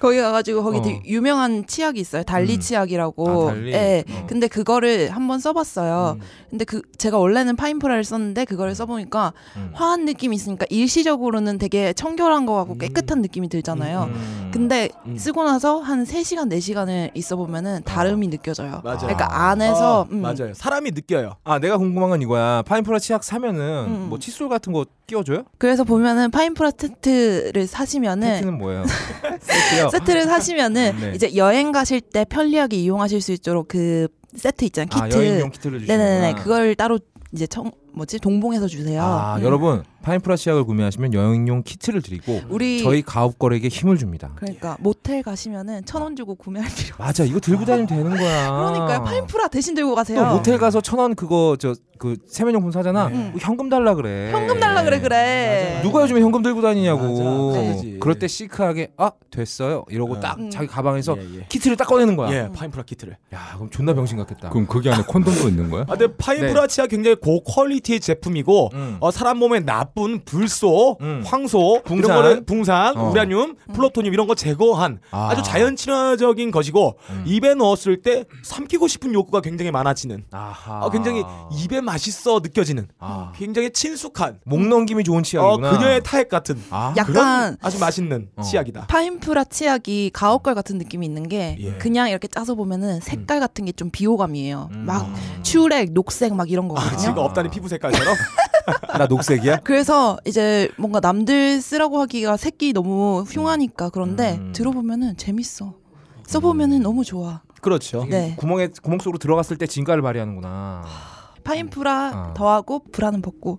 Speaker 3: 거기 가가지고 거기
Speaker 2: 어. 음.
Speaker 3: 되게 유명한 치약이 있어요. 달리 치약이라고.
Speaker 2: 아, 달리?
Speaker 3: 예.
Speaker 2: 어. 음.
Speaker 3: 근데 그거를 한번 써봤어요. 근데 그 제가 원래는 파인프라를 썼는데 그거를 써보니까
Speaker 2: 음.
Speaker 3: 화한 느낌이 있으니까 일시적으로는 되게 청결한 거
Speaker 2: 음.
Speaker 3: 같고 깨끗한 느낌이 들잖아요. 근데 쓰고 나서 한 3시간, 4시간을 있어
Speaker 2: 아.
Speaker 3: 보면은 다름이 느껴져요.
Speaker 1: 맞아요.
Speaker 3: 그러니까 안에서
Speaker 1: 아,
Speaker 3: 음.
Speaker 1: 맞아요. 사람이 느껴요.
Speaker 2: 아 내가 궁금한 건 이거야. 파인프라 치약 사면은
Speaker 3: 음.
Speaker 2: 뭐 칫솔 같은 거 끼워줘요?
Speaker 3: 그래서 보면은 파인프라 세트를 사시면은
Speaker 2: 세트는 뭐예요? 세트요.
Speaker 3: 세트를 사시면은
Speaker 2: 네.
Speaker 3: 이제 여행 가실 때 편리하게 이용하실 수 있도록 그 세트 있잖아요.
Speaker 2: 아
Speaker 3: 키트.
Speaker 2: 여행용 키트를 주시는
Speaker 3: 네네네 그걸 따로 이제 청 뭐지 동봉해서 주세요.
Speaker 2: 아
Speaker 3: 음.
Speaker 2: 여러분 파인프라 치약을 구매하시면 여행용 키트를 드리고
Speaker 3: 우리
Speaker 2: 저희 가업거래에게 힘을 줍니다.
Speaker 3: 그러니까 모텔 가시면은 천 원 주고 구매할 필요.
Speaker 2: 맞아 이거 들고 다니면 되는 거야.
Speaker 3: 그러니까 파인프라 대신 들고
Speaker 2: 아. 또
Speaker 3: 가세요.
Speaker 2: 모텔 가서 천 원 그거 저 그 세면용품 사잖아.
Speaker 1: 네.
Speaker 2: 뭐 현금 달라 그래.
Speaker 3: 현금 달라 그래 그래.
Speaker 1: 맞아.
Speaker 2: 누가 요즘에 현금 들고 다니냐고.
Speaker 1: 맞아, 그러지.
Speaker 2: 그럴 때 시크하게 아 됐어요 이러고
Speaker 1: 어.
Speaker 2: 딱
Speaker 3: 음.
Speaker 2: 자기 가방에서
Speaker 1: 예, 예.
Speaker 2: 키트를 딱 꺼내는 거야.
Speaker 1: 예, 파인프라 키트를.
Speaker 2: 야 그럼 존나 병신 같겠다.
Speaker 4: 그럼 거기 안에 콘돔도 있는 거야?
Speaker 1: 아, 근데 파인프라 치약 굉장히 고퀄리티의 제품이고
Speaker 2: 네. 음.
Speaker 1: 어, 사람 몸에 나쁜 불소,
Speaker 2: 음.
Speaker 1: 황소, 붕산,
Speaker 2: 붕산.
Speaker 1: 이런 거는 붕산,
Speaker 2: 어.
Speaker 1: 우라늄,
Speaker 3: 음.
Speaker 1: 플루토늄 이런 거 제거한
Speaker 2: 아. 음.
Speaker 1: 아. 주 자연 친화적인 것이고 입에 넣었을 때 삼키고 싶은 욕구가 굉장히 많아지는
Speaker 2: 아하.
Speaker 1: 어, 굉장히 입에 맛있어 느껴지는
Speaker 2: 아.
Speaker 1: 굉장히 친숙한
Speaker 2: 목 넘김이 좋은
Speaker 1: 어,
Speaker 2: 치약이구나.
Speaker 1: 그녀의 타액 같은
Speaker 2: 아. 어.
Speaker 3: 약간
Speaker 1: 그런 아주 맛있는 치약이다.
Speaker 3: 파인프라 치약이 가옥걸 같은 느낌이 있는 게
Speaker 1: 예.
Speaker 3: 그냥 이렇게 짜서 보면은 색깔 같은 게 좀 비호감이에요.
Speaker 2: 음.
Speaker 3: 막 추렉, 녹색 막 이런
Speaker 1: 아,
Speaker 3: 거거든요.
Speaker 1: 지가 없다는 피부 색깔처럼
Speaker 2: 나 녹색이야?
Speaker 3: 그래서 이제 뭔가 남들 쓰라고 하기가 색이 너무 흉하니까 그런데
Speaker 2: 음.
Speaker 3: 들어보면은 재밌어. 써보면은 너무 좋아.
Speaker 1: 그렇죠.
Speaker 3: 네.
Speaker 2: 구멍에 구멍 속으로 들어갔을 때 진가를 발휘하는구나.
Speaker 3: 파인프라
Speaker 2: 아.
Speaker 3: 더하고 불안은 벗고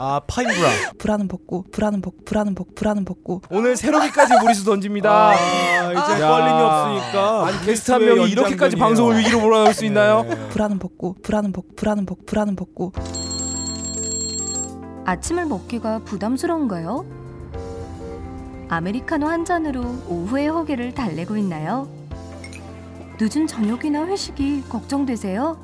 Speaker 1: 아 파인프라.
Speaker 3: 불안은 벗고 불안은 벗고 불안은 벗고 불안은 벗고
Speaker 2: 오늘 새로기까지 무리수 던집니다.
Speaker 1: 아, 이제
Speaker 2: 야.
Speaker 1: 껄림이 없으니까
Speaker 2: 아니 게스트 한 명이 이렇게까지 방송을 위기로 몰아올 수 있나요?
Speaker 3: 불안은 벗고 불안은 벗고 불안은 벗고 불안은 벗고
Speaker 6: 아침을 먹기가 부담스러운가요? 아메리카노 한 잔으로 오후의 허기를 달래고 있나요? 늦은 저녁이나 회식이 걱정되세요?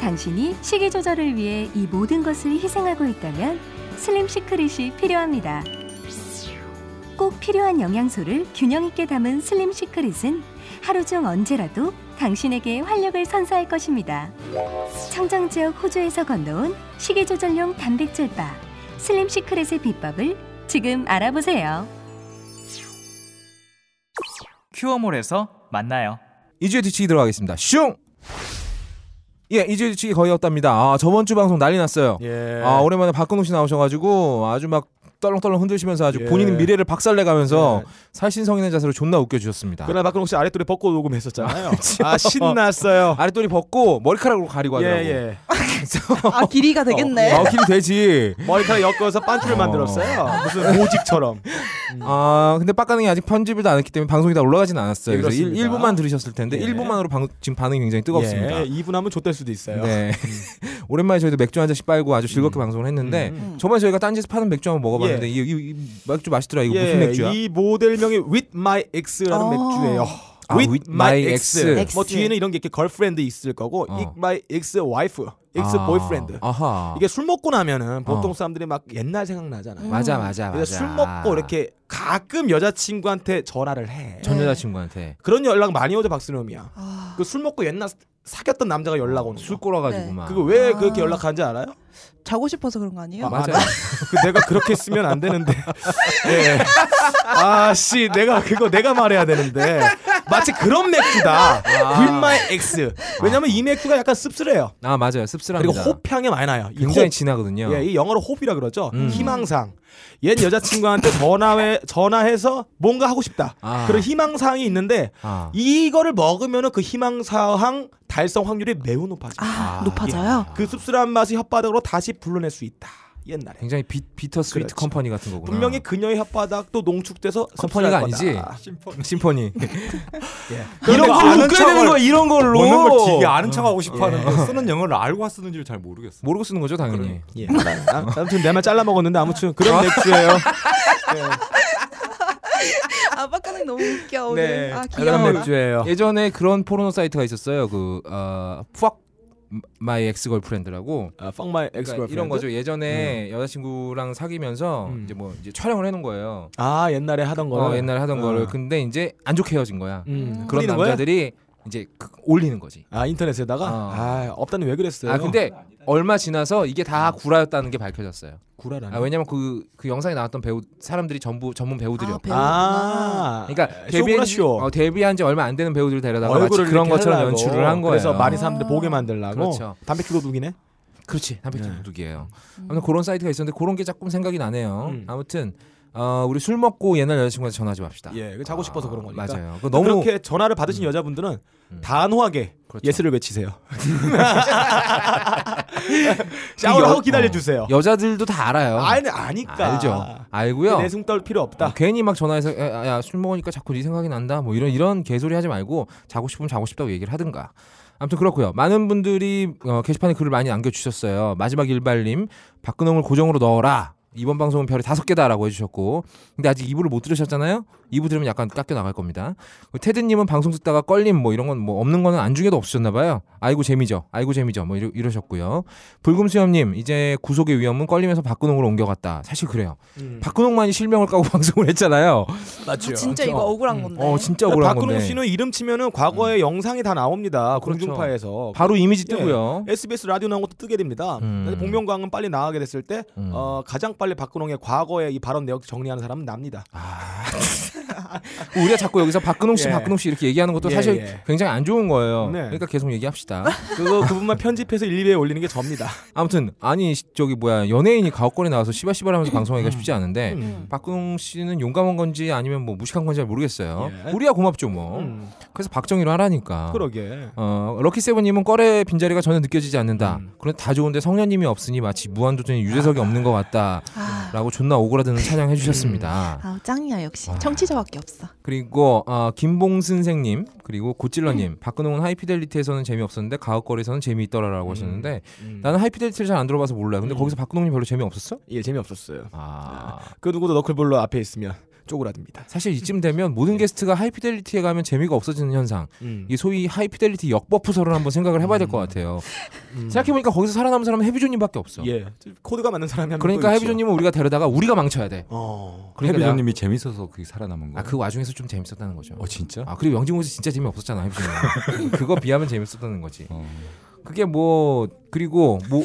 Speaker 6: 당신이 식이 조절을 위해 이 모든 것을 희생하고 있다면 슬림 시크릿이 필요합니다. 꼭 필요한 영양소를 균형 있게 담은 슬림 시크릿은 하루 중 언제라도 당신에게 활력을 선사할 것입니다. 청정 지역 호주에서 건너온 식이 조절용 단백질 바 슬림 시크릿의 비법을 지금 알아보세요.
Speaker 7: 큐어몰에서 만나요.
Speaker 2: 이주의 뒤치기 들어가겠습니다. 슝. 예, 이주의 뒤치기 거의 없답니다. 아, 저번 주 방송 난리 났어요.
Speaker 1: 예.
Speaker 2: 아, 오랜만에 박근홍 씨 나오셔가지고 아주 막 떨렁떨렁 흔들시면서 아주
Speaker 1: 예.
Speaker 2: 본인 미래를 박살내가면서
Speaker 1: 예.
Speaker 2: 살신성인의 자세로 존나 웃겨주셨습니다.
Speaker 1: 그날 박근홍 씨 아랫도리 벗고 녹음했었잖아요. 아 신났어요.
Speaker 2: 아랫돌이 벗고 머리카락으로 가리고
Speaker 1: 예
Speaker 2: 하더라고.
Speaker 1: 예.
Speaker 3: 아 길이가 되겠네.
Speaker 2: 아, 웃기면 되지.
Speaker 1: 머리카락 엮어서 반줄을
Speaker 2: 어. 네.
Speaker 1: 만들었어요. 무슨 모직처럼. 음.
Speaker 2: 아, 근데 빡가능이 아직 편집을 안 했기 때문에 방송이 다 올라가진 않았어요.
Speaker 1: 예,
Speaker 2: 그래서 일,
Speaker 1: 그렇습니다.
Speaker 2: 일부만 들으셨을 텐데
Speaker 1: 예.
Speaker 2: 일부만으로 방, 지금 반응이 굉장히 뜨겁습니다.
Speaker 1: 예, 음. 2분 하면 좆될 수도 있어요.
Speaker 2: 네. 오랜만에 저희도 맥주 한 잔씩 빨고 아주 즐겁게
Speaker 1: 음.
Speaker 2: 방송을 했는데 저번에 저희가 딴지에서 파는 맥주 한번 먹어봤는데 이, 이- 이 맥주 맛있더라. 이거
Speaker 1: 예,
Speaker 2: 무슨 맥주야?
Speaker 1: 이 모델명이 With My X라는
Speaker 3: 아.
Speaker 1: 맥주예요.
Speaker 2: 아, with my ex.
Speaker 1: 뭐
Speaker 3: Ex.
Speaker 1: 뒤에는 이런 게 이렇게 걸프렌드 있을 거고
Speaker 2: 어.
Speaker 1: with my ex wife, ex boyfriend.
Speaker 2: 아, 아하.
Speaker 1: 이게 술 먹고 나면은 보통
Speaker 2: 어.
Speaker 1: 사람들이 막 옛날 생각나잖아. 요
Speaker 2: 맞아 맞아 맞아.
Speaker 1: 그래서 술 먹고 이렇게 가끔 여자친구한테 전화를 해.
Speaker 2: 전 여자친구한테
Speaker 1: 그런 연락 많이 오죠 박스놈이야.
Speaker 3: 아,
Speaker 1: 그 술 먹고 옛날 사귀었던 남자가 연락 오는
Speaker 2: 술
Speaker 1: 거.
Speaker 2: 꼬라가지고만.
Speaker 1: 그거 왜
Speaker 3: 아.
Speaker 1: 그렇게 연락하는지 알아요?
Speaker 3: 자고 싶어서 그런 거 아니에요?
Speaker 1: 아,
Speaker 2: 맞아요.
Speaker 1: 그 내가 그렇게 쓰면 안 되는데. 예. 아씨, 내가 그거 내가 말해야 되는데 마치 그런 맥주다. With my ex. 왜냐면 이 맥주가 약간 씁쓸해요.
Speaker 2: 아 맞아요. 씁쓸합니다.
Speaker 1: 그리고 호평이 많이 나요. 이
Speaker 2: 굉장히
Speaker 1: 홉.
Speaker 2: 진하거든요.
Speaker 1: 예, 이 영어로 호비라 그러죠.
Speaker 2: 음.
Speaker 1: 희망상. 옛 여자친구한테 전화해 전화해서 뭔가 하고 싶다.
Speaker 2: 아.
Speaker 1: 그런 희망사항이 있는데
Speaker 2: 아.
Speaker 1: 이거를 먹으면은 그 희망사항 달성 확률이 매우 높아져. 요
Speaker 3: 아,
Speaker 2: 아,
Speaker 3: 높아져요.
Speaker 1: 그 씁쓸한 맛이 혓바닥으로 다시 불러낼 수 있다. 옛날에.
Speaker 2: 굉장히 비, 비터 스위트
Speaker 1: 그렇지.
Speaker 2: 컴퍼니 같은 거구나.
Speaker 1: 그렇죠. 분명히 그녀의 혓바닥도 농축돼서
Speaker 2: 컴퍼니가
Speaker 1: 씁쓸할
Speaker 2: 아니지.
Speaker 1: 거다.
Speaker 2: 심포니.
Speaker 1: 그러니까 예. 이런 걸로
Speaker 4: 아는
Speaker 2: 웃겨야 되는
Speaker 4: 척을-
Speaker 2: 거야 이런 걸로.
Speaker 4: 먹는 걸 되게 아는 척하고 싶어하는데 쓰는 영어를 알고 쓰는지를 잘 모르겠어.
Speaker 2: 모르고 쓰는 거죠 당연히.
Speaker 1: 예. 아, 아무튼 내 말 잘라 먹었는데 아무튼 그런 맥주예요.
Speaker 3: 아빠가는 너무 웃겨 오늘.
Speaker 1: 네.
Speaker 3: 아
Speaker 1: 그런
Speaker 3: 귀여워.
Speaker 1: 맥주예요.
Speaker 2: 예전에 그런 포르노 사이트가 있었어요. 그 어, 푸악 마이 엑스 걸프렌드라고.
Speaker 1: 아, fuck my ex
Speaker 2: 그러니까 이런 거죠. 예전에 여자친구랑 사귀면서
Speaker 1: 음.
Speaker 2: 이제 뭐 이제 촬영을 해놓은 거예요.
Speaker 1: 아 옛날에 하던 거.
Speaker 2: 어, 옛날에 하던 거를. 근데 이제 안 좋게 헤어진 거야.
Speaker 1: 음,
Speaker 2: 그런
Speaker 1: 흘리는 거야?
Speaker 2: 남자들이 이제 그- 올리는 거지.
Speaker 1: 아 인터넷에다가
Speaker 2: 어.
Speaker 1: 아 없다는 왜 그랬어요?
Speaker 2: 아 근데 얼마 지나서 이게
Speaker 1: 음.
Speaker 2: 다 구라였다는 게 밝혀졌어요.
Speaker 1: 구라라는.
Speaker 2: 아, 왜냐면 그, 그 영상에 나왔던 배우 사람들이 전부 전문 배우들이요.
Speaker 3: 배우.
Speaker 1: 아,
Speaker 2: 그러니까
Speaker 1: 쇼구나
Speaker 2: 데뷔한 지,
Speaker 1: 쇼.
Speaker 2: 어, 데뷔한 지 얼마 안 되는 배우들 데려다가 마치 그런
Speaker 1: 이렇게
Speaker 2: 것처럼
Speaker 1: 하려고.
Speaker 2: 연출을 한 거예요.
Speaker 1: 그래서 많이 사람들 보게 만들라고.
Speaker 2: 그렇죠.
Speaker 1: 담배피고 누기네.
Speaker 2: 그렇지
Speaker 1: 네.
Speaker 2: 단백질 도둑이에요. 아무튼 그런 사이트가 있었는데 그런 게 조금 생각이 나네요.
Speaker 1: 음.
Speaker 2: 아무튼 어, 우리 술 먹고 옛날 여자친구한테 전하지 맙시다.
Speaker 1: 예, 그 자고
Speaker 2: 아,
Speaker 1: 싶어서 그런 거니까.
Speaker 2: 맞아요. 그거
Speaker 1: 너무
Speaker 2: 너무 음.
Speaker 1: 그렇게 전화를 받으신 여자분들은 단호하게
Speaker 2: 그렇죠.
Speaker 1: 예스를 외치세요. 샤워를
Speaker 2: 여-
Speaker 1: 하고 기다려 주세요.
Speaker 2: 어, 여자들도 다 알아요.
Speaker 1: 아니 아니까.
Speaker 2: 알죠. 알고요.
Speaker 1: 내숭 떨 필요 없다.
Speaker 2: 어, 괜히 막 전화해서 야술 먹으니까 자꾸 네 생각이 난다 뭐 이런 이런 개소리 하지 말고 자고 싶으면 자고 싶다고 얘기를 하든가 아무튼 그렇고요 많은 분들이 어, 게시판에 글을 많이 남겨주셨어요 마지막 일발님 박근홍을 고정으로 넣어라 이번 방송은 별이 다섯 개다라고 해주셨고 근데 아직 2부를 못 들으셨잖아요 2부 들으면 약간 깎여 나갈 겁니다 테드님은 방송 듣다가 껄림 뭐 이런 건 뭐 없는 거는 안중에도 없으셨나 봐요 아이고 재미죠 아이고 재미죠 뭐 이러, 이러셨고요 불금수염님 이제 구속의 위험은 껄림에서 박근홍으로 옮겨갔다 사실 그래요
Speaker 1: 음.
Speaker 2: 박근홍만이 실명을 까고 방송을 했잖아요.
Speaker 1: 맞죠.
Speaker 3: 진짜 이거 억울한 건데.
Speaker 2: 어 진짜 억울한
Speaker 1: 그러니까 박근홍
Speaker 2: 건데. 음.
Speaker 1: 씨는 이름 치면은 과거에 영상이 다 나옵니다.
Speaker 2: 그렇죠.
Speaker 1: 공중파에서.
Speaker 2: 바로 이미지
Speaker 1: 예.
Speaker 2: 뜨고요.
Speaker 1: SBS 라디오 나온 것도 뜨게 됩니다.
Speaker 2: 음.
Speaker 1: 근데 복면가왕은 빨리 나가게 됐을 때
Speaker 2: 음.
Speaker 1: 어, 가장 빨리 박근홍의 과거의 이 발언 내역 정리하는 사람은 납니다.
Speaker 2: 우리가 자꾸 여기서 박근홍 씨,
Speaker 1: 예.
Speaker 2: 박근홍 씨 이렇게 얘기하는 것도
Speaker 1: 예,
Speaker 2: 사실
Speaker 1: 예.
Speaker 2: 굉장히 안 좋은 거예요.
Speaker 1: 네.
Speaker 2: 그러니까 계속 얘기합시다.
Speaker 1: 그거 그분만 편집해서 일일에 올리는 게 접니다.
Speaker 2: 아무튼 아니 시- 저기 뭐야 연예인이 가옥거리 나와서 씨발씨발하면서 방송하기가 쉽지 않은데
Speaker 1: 음.
Speaker 2: 박근홍 씨는 용감한 건지 아니면 뭐 무식한 건지 잘 모르겠어요.
Speaker 1: 예.
Speaker 2: 우리야 고맙죠 뭐.
Speaker 1: 음,
Speaker 2: 그래서 박정희로 하라니까.
Speaker 1: 그러게.
Speaker 2: 어, 럭키세븐님은 껄의 빈자리가 전혀 느껴지지 않는다.
Speaker 1: 음.
Speaker 2: 그런데 다 좋은데 성년님이 없으니 마치 무한도전에 유재석이 없는 것 같다.
Speaker 3: 아,
Speaker 2: 라고 존나 오그라드는 찬양 해주셨습니다.
Speaker 3: 아 짱이야 역시. 청취자밖에 없어.
Speaker 2: 그리고 어, 김봉 선생님 그리고 고찔러님 박근홍은 하이피델리티에서는 재미없었는데 가옥거리에서는 재미있더라라고 하셨는데
Speaker 1: 음.
Speaker 2: 나는 하이피델리티를 잘 안 들어봐서 몰라요. 근데
Speaker 1: 음.
Speaker 2: 거기서 박근홍님 별로 재미없었어?
Speaker 1: 예 재미없었어요.
Speaker 2: 아
Speaker 1: 그 누구도 너클볼로 앞에 있으면 쪼그라듭니다.
Speaker 2: 사실 이쯤 되면 모든 게스트가 하이피델리티에 가면 재미가 없어지는 현상.
Speaker 1: 음.
Speaker 2: 이 소위 하이피델리티 역버프설을 한번 생각을 해봐야 될 것 같아요.
Speaker 1: 음.
Speaker 2: 생각해보니까 거기서 살아남은 사람은 해비조님밖에 없어.
Speaker 1: 예 코드가 맞는 사람이 한명
Speaker 2: 그러니까 해비조님은 우리가 데려다가 우리가 망쳐야 돼.
Speaker 1: 어.
Speaker 2: 그러니까 내가-
Speaker 4: 해비조님이 재밌어서 그게 살아남은
Speaker 1: 음.
Speaker 4: 거야.
Speaker 2: 아 그 와중에서 좀 재밌었다는 거죠.
Speaker 4: 어 진짜?
Speaker 2: 아 그리고 영진공에서 진짜 재미 없었잖아 해비조님. 그거 비하면 재밌었다는 거지.
Speaker 4: 어.
Speaker 2: 그게 뭐 그리고 뭐.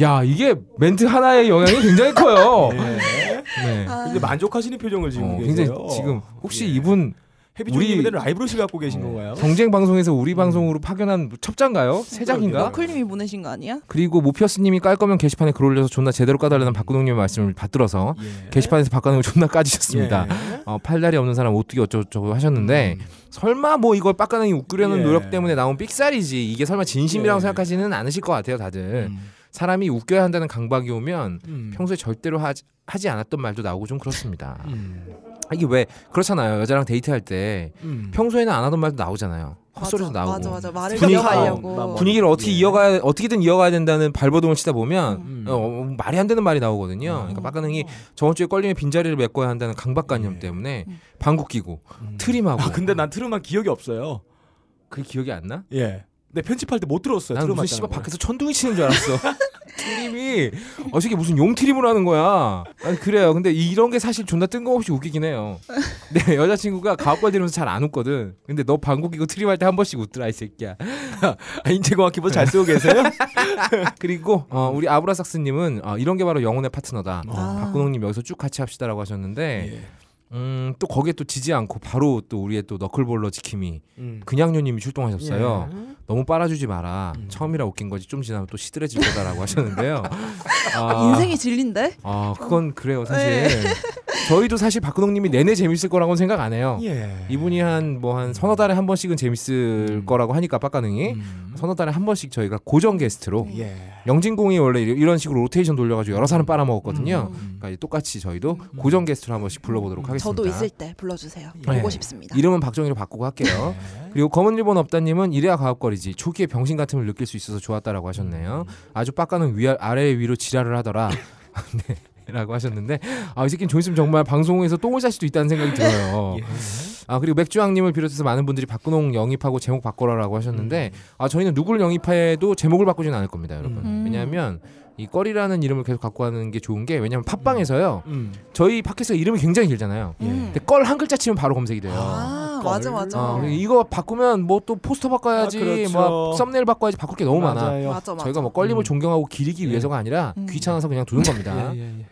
Speaker 2: 야 이게 멘트 하나의 영향이 굉장히 커요. 네. 어,
Speaker 1: 아. 근데 만족하시는 표정을 네, 지금
Speaker 2: 굉장히
Speaker 1: 계세요.
Speaker 2: 지금 혹시
Speaker 1: 예.
Speaker 2: 이분
Speaker 1: 해비조님은
Speaker 2: 우리- 어,
Speaker 1: 라이브로 시 갖고 계신 건가요?
Speaker 2: 경쟁 방송에서 우리 방송으로 파견한
Speaker 1: 음,
Speaker 2: 첩장가요? 세장인가?
Speaker 3: 너클님이 보내신 거 아니야?
Speaker 2: 그리고 모피어스님이 깔 거면 게시판에 글 올려서 존나 제대로 까달라는 박근홍님의 말씀을 받들어서
Speaker 1: 예.
Speaker 2: 게시판에서 박근홍을 존나 까지셨습니다. 네.
Speaker 1: 예. 음.
Speaker 2: 어, 팔다리 없는 사람 어떻게 어쩌고저쩌고 하셨는데 설마 뭐 이걸 빡가능이 웃기려는
Speaker 1: 예.
Speaker 2: 노력 때문에 나온 삑살이지 이게 설마 진심이라고
Speaker 1: 예.
Speaker 2: 생각하지는 않으실 것 같아요 다들
Speaker 1: 음.
Speaker 2: 사람이 웃겨야 한다는 강박이 오면
Speaker 1: 음.
Speaker 2: 평소에 절대로 하지, 하지 않았던 말도 나오고 좀 그렇습니다
Speaker 1: 음.
Speaker 2: 이게 왜 그렇잖아요. 여자랑 데이트할 때 평소에는 안 하던 말도 나오잖아요. 헛소리도
Speaker 3: 맞아,
Speaker 2: 나오고
Speaker 3: 맞아 맞아 말을
Speaker 2: 분위기-
Speaker 3: 이어가려고
Speaker 2: 분위기를 어떻게
Speaker 1: 예.
Speaker 2: 이어가야 어떻게든 이어가야 된다는 발버둥을 치다 보면
Speaker 1: 음.
Speaker 2: 어, 어, 말이 안 되는 말이 나오거든요. 그러니까 빡가능이 저번 주에 껄림의 빈자리를 메꿔야 한다는 강박관념 때문에
Speaker 3: 음.
Speaker 2: 방구 끼고 트림하고
Speaker 1: 아 근데 난 트름한 기억이 없어요.
Speaker 2: 그게 기억이 안 나?
Speaker 1: 예. 근데 편집할 때 못 네, 들었어요.
Speaker 2: 나는 무슨
Speaker 1: 트름한
Speaker 2: 씨발 밖에서 천둥이 치는 줄 알았어. 트림이 어 저게 무슨 용 트림으로 하는 거야. 아니, 그래요. 근데 이런 게 사실 존나 뜬금없이 웃기긴 해요. 내 여자친구가 가업걸 들으면서 잘 안 웃거든. 근데 너 방구 끼고 트림할 때 한 번씩 웃더라 이 새끼야.
Speaker 1: 아, 인체공학 기본 잘 쓰고 계세요?
Speaker 2: 그리고 어, 우리 아브라삭스님은 어, 이런 게 바로 영혼의 파트너다.
Speaker 3: 아.
Speaker 2: 박근홍님 여기서 쭉 같이 합시다라고
Speaker 1: 예.
Speaker 2: 하셨는데 음, 또 거기에 또 지지 않고 바로 또 우리의 또 너클볼러 지킴이
Speaker 1: 음.
Speaker 2: 근양요님이
Speaker 1: 예.
Speaker 2: 출동하셨어요. 너무 빨아주지 마라. 처음이라 웃긴 거지 좀 지나면 또 시들해질 거다라고 하셨는데요. 아,
Speaker 3: 인생이 네. 진리인데
Speaker 2: 아 그건 그래요 사실. 저희도 사실 박근홍님이 내내 재밌을 거라고는 생각 안 해요.
Speaker 1: 예.
Speaker 2: 이분이 한 뭐 한 서너 달에 한 번씩은 재밌을
Speaker 3: 음.
Speaker 2: 거라고 하니까 빡가능이 서너 달에 한 번씩 저희가 고정 게스트로
Speaker 1: 예.
Speaker 2: 영진공이 원래 이리- 이런 식으로 로테이션 돌려가지고 여러 사람 빨아먹었거든요. 그러니까 이제 똑같이 저희도 고정 게스트로 한 번씩 불러보도록 하겠습니다.
Speaker 3: 음. 저도 있을 때 불러주세요
Speaker 2: 예.
Speaker 3: 보고 싶습니다
Speaker 2: 이름은 박정희로 바꾸고 할게요.
Speaker 3: 네.
Speaker 2: 그리고 검은 리본 없다님은 이래야 가업거리지 초기에 병신 같음을 느낄 수 있어서 좋았다라고 하셨네요.
Speaker 3: 음.
Speaker 2: 아주 빡가는 위 아래 위로 지랄을 하더라. 네. 라고 하셨는데 아이 새끼는 좀 있으면 정말 방송에서 똥을 쌀 수도 있다는 생각이 들어요.
Speaker 3: 예.
Speaker 2: 아 그리고 맥주왕님을 비롯해서 많은 분들이 박근홍 영입하고 제목 바꿔라라고 하셨는데 아 저희는 누굴 영입해도 제목을 바꾸진 않을 겁니다, 여러분.
Speaker 3: 음.
Speaker 2: 왜냐하면 이 꺼리라는 이름을 계속 갖고 가는 게 좋은 게 왜냐하면 팟빵에서요
Speaker 1: 음.
Speaker 2: 저희 팟캐스트 이름이 굉장히 길잖아요.
Speaker 3: 음.
Speaker 2: 근데 껄 한 글자 치면 바로 검색이 돼요.
Speaker 3: 아 맞아 맞아
Speaker 2: 어, 이거 바꾸면 뭐 또 포스터 바꿔야지,
Speaker 1: 네. 아, 그렇죠.
Speaker 2: 뭐 썸네일 바꿔야지 바꿀 게 너무 많아.
Speaker 1: 맞아요.
Speaker 3: 맞아 맞아
Speaker 2: 저희가 뭐 껄림을
Speaker 1: 음.
Speaker 2: 존경하고 기리기 위해서가 아니라
Speaker 3: 음.
Speaker 2: 귀찮아서 그냥 두는 겁니다.
Speaker 1: 예, 예, 예.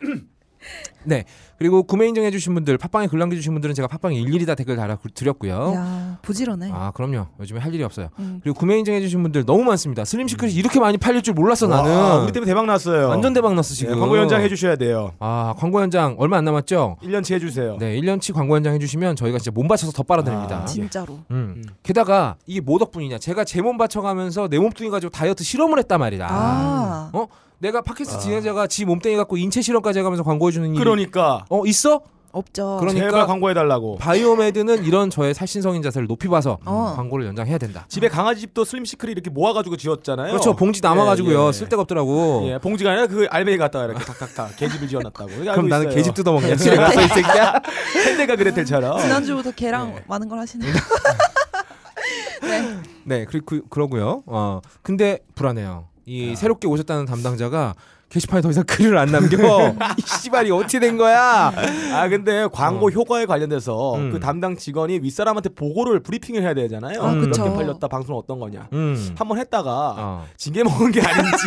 Speaker 2: 그리고 구매 인증해 주신 분들, 팟빵에 글 남겨 주신 분들은 제가 팟빵에 일일이 다 댓글 달아 드렸고요.
Speaker 3: 야
Speaker 1: 네.
Speaker 3: 부지런해
Speaker 2: 아, 그럼요. 요즘에 할 일이 없어요.
Speaker 3: 음.
Speaker 2: 그리고 구매 인증해 주신 분들 너무 많습니다. 슬림 시크릿이 이렇게 많이 팔릴 줄 몰랐어
Speaker 1: 음. 와, 아,
Speaker 2: 나는.
Speaker 1: 우리 때문에 대박 났어요.
Speaker 2: 완전 대박 났어 지금.
Speaker 1: 예, 광고 연장 해주셔야 돼요.
Speaker 2: 아, 광고 연장 얼마 안 남았죠?
Speaker 1: 1년치 해주세요.
Speaker 2: 네, 1년치 광고 연장 해 주시면 저희가 진짜 몸 바쳐서 더 빨아드립니다.
Speaker 1: 아,
Speaker 3: 진짜로
Speaker 2: 음.
Speaker 1: 음.
Speaker 2: 게다가 이게 뭐 덕분이냐? 제가 제 몸 바쳐가면서 내 몸뚱이 가지고 다이어트 실험을 했단 말이다.
Speaker 3: 아,
Speaker 2: 어? 내가 팟캐스트 진행자가 지 몸뚱이 갖고 인체 실험까지 해가면서 광고해주는 일이
Speaker 1: 그러니까
Speaker 2: 어 있어?
Speaker 3: 없죠
Speaker 2: 그런- 그러니까-
Speaker 1: 제발 광고해달라고.
Speaker 2: 바이오메드는 이런 저의 살신성인 자세를 높이 봐서
Speaker 3: 어.
Speaker 2: 광고를 연장해야 된다.
Speaker 1: 집에 강아지 집도 슬림 시크릿 이렇게 모아가지고 지었잖아요.
Speaker 2: 그렇죠. 봉지 남아가지고요.
Speaker 1: 예, 예.
Speaker 2: 쓸데가 없더라고.
Speaker 1: 예, 봉지가 아니라 그 알맹이 갖다가 이렇게 탁탁탁 개집을 지어놨다고. 그러니까
Speaker 2: 그럼
Speaker 1: 알고
Speaker 2: 나는
Speaker 1: 있어요.
Speaker 2: 계집 뜯어먹냐?
Speaker 1: 그래서 이 새끼야. 헨데가 그레텔처럼.
Speaker 2: 네.
Speaker 3: 지난주부터 걔랑 많은 걸
Speaker 2: 아,
Speaker 3: 하시네요 네
Speaker 2: 네, 그리고 그러고요. 어, 근데 불안해요.
Speaker 1: 아.
Speaker 2: 이 새롭게 오셨다는 담당자가 게시판에 더 이상 글을 안 남겨. 이 씨발이 어떻게 된 거야?
Speaker 1: 아 근데 광고
Speaker 2: 어.
Speaker 1: 효과에 관련돼서
Speaker 2: 음.
Speaker 1: 그 담당 직원이 윗사람한테 보고를 브리핑을 해야 되잖아요.
Speaker 3: 아,
Speaker 1: 몇
Speaker 3: 그쵸.
Speaker 1: 개 팔렸다 방송 어떤 거냐.
Speaker 2: 음.
Speaker 1: 한 번 했다가
Speaker 2: 어.
Speaker 1: 징계 먹은 게 아닌지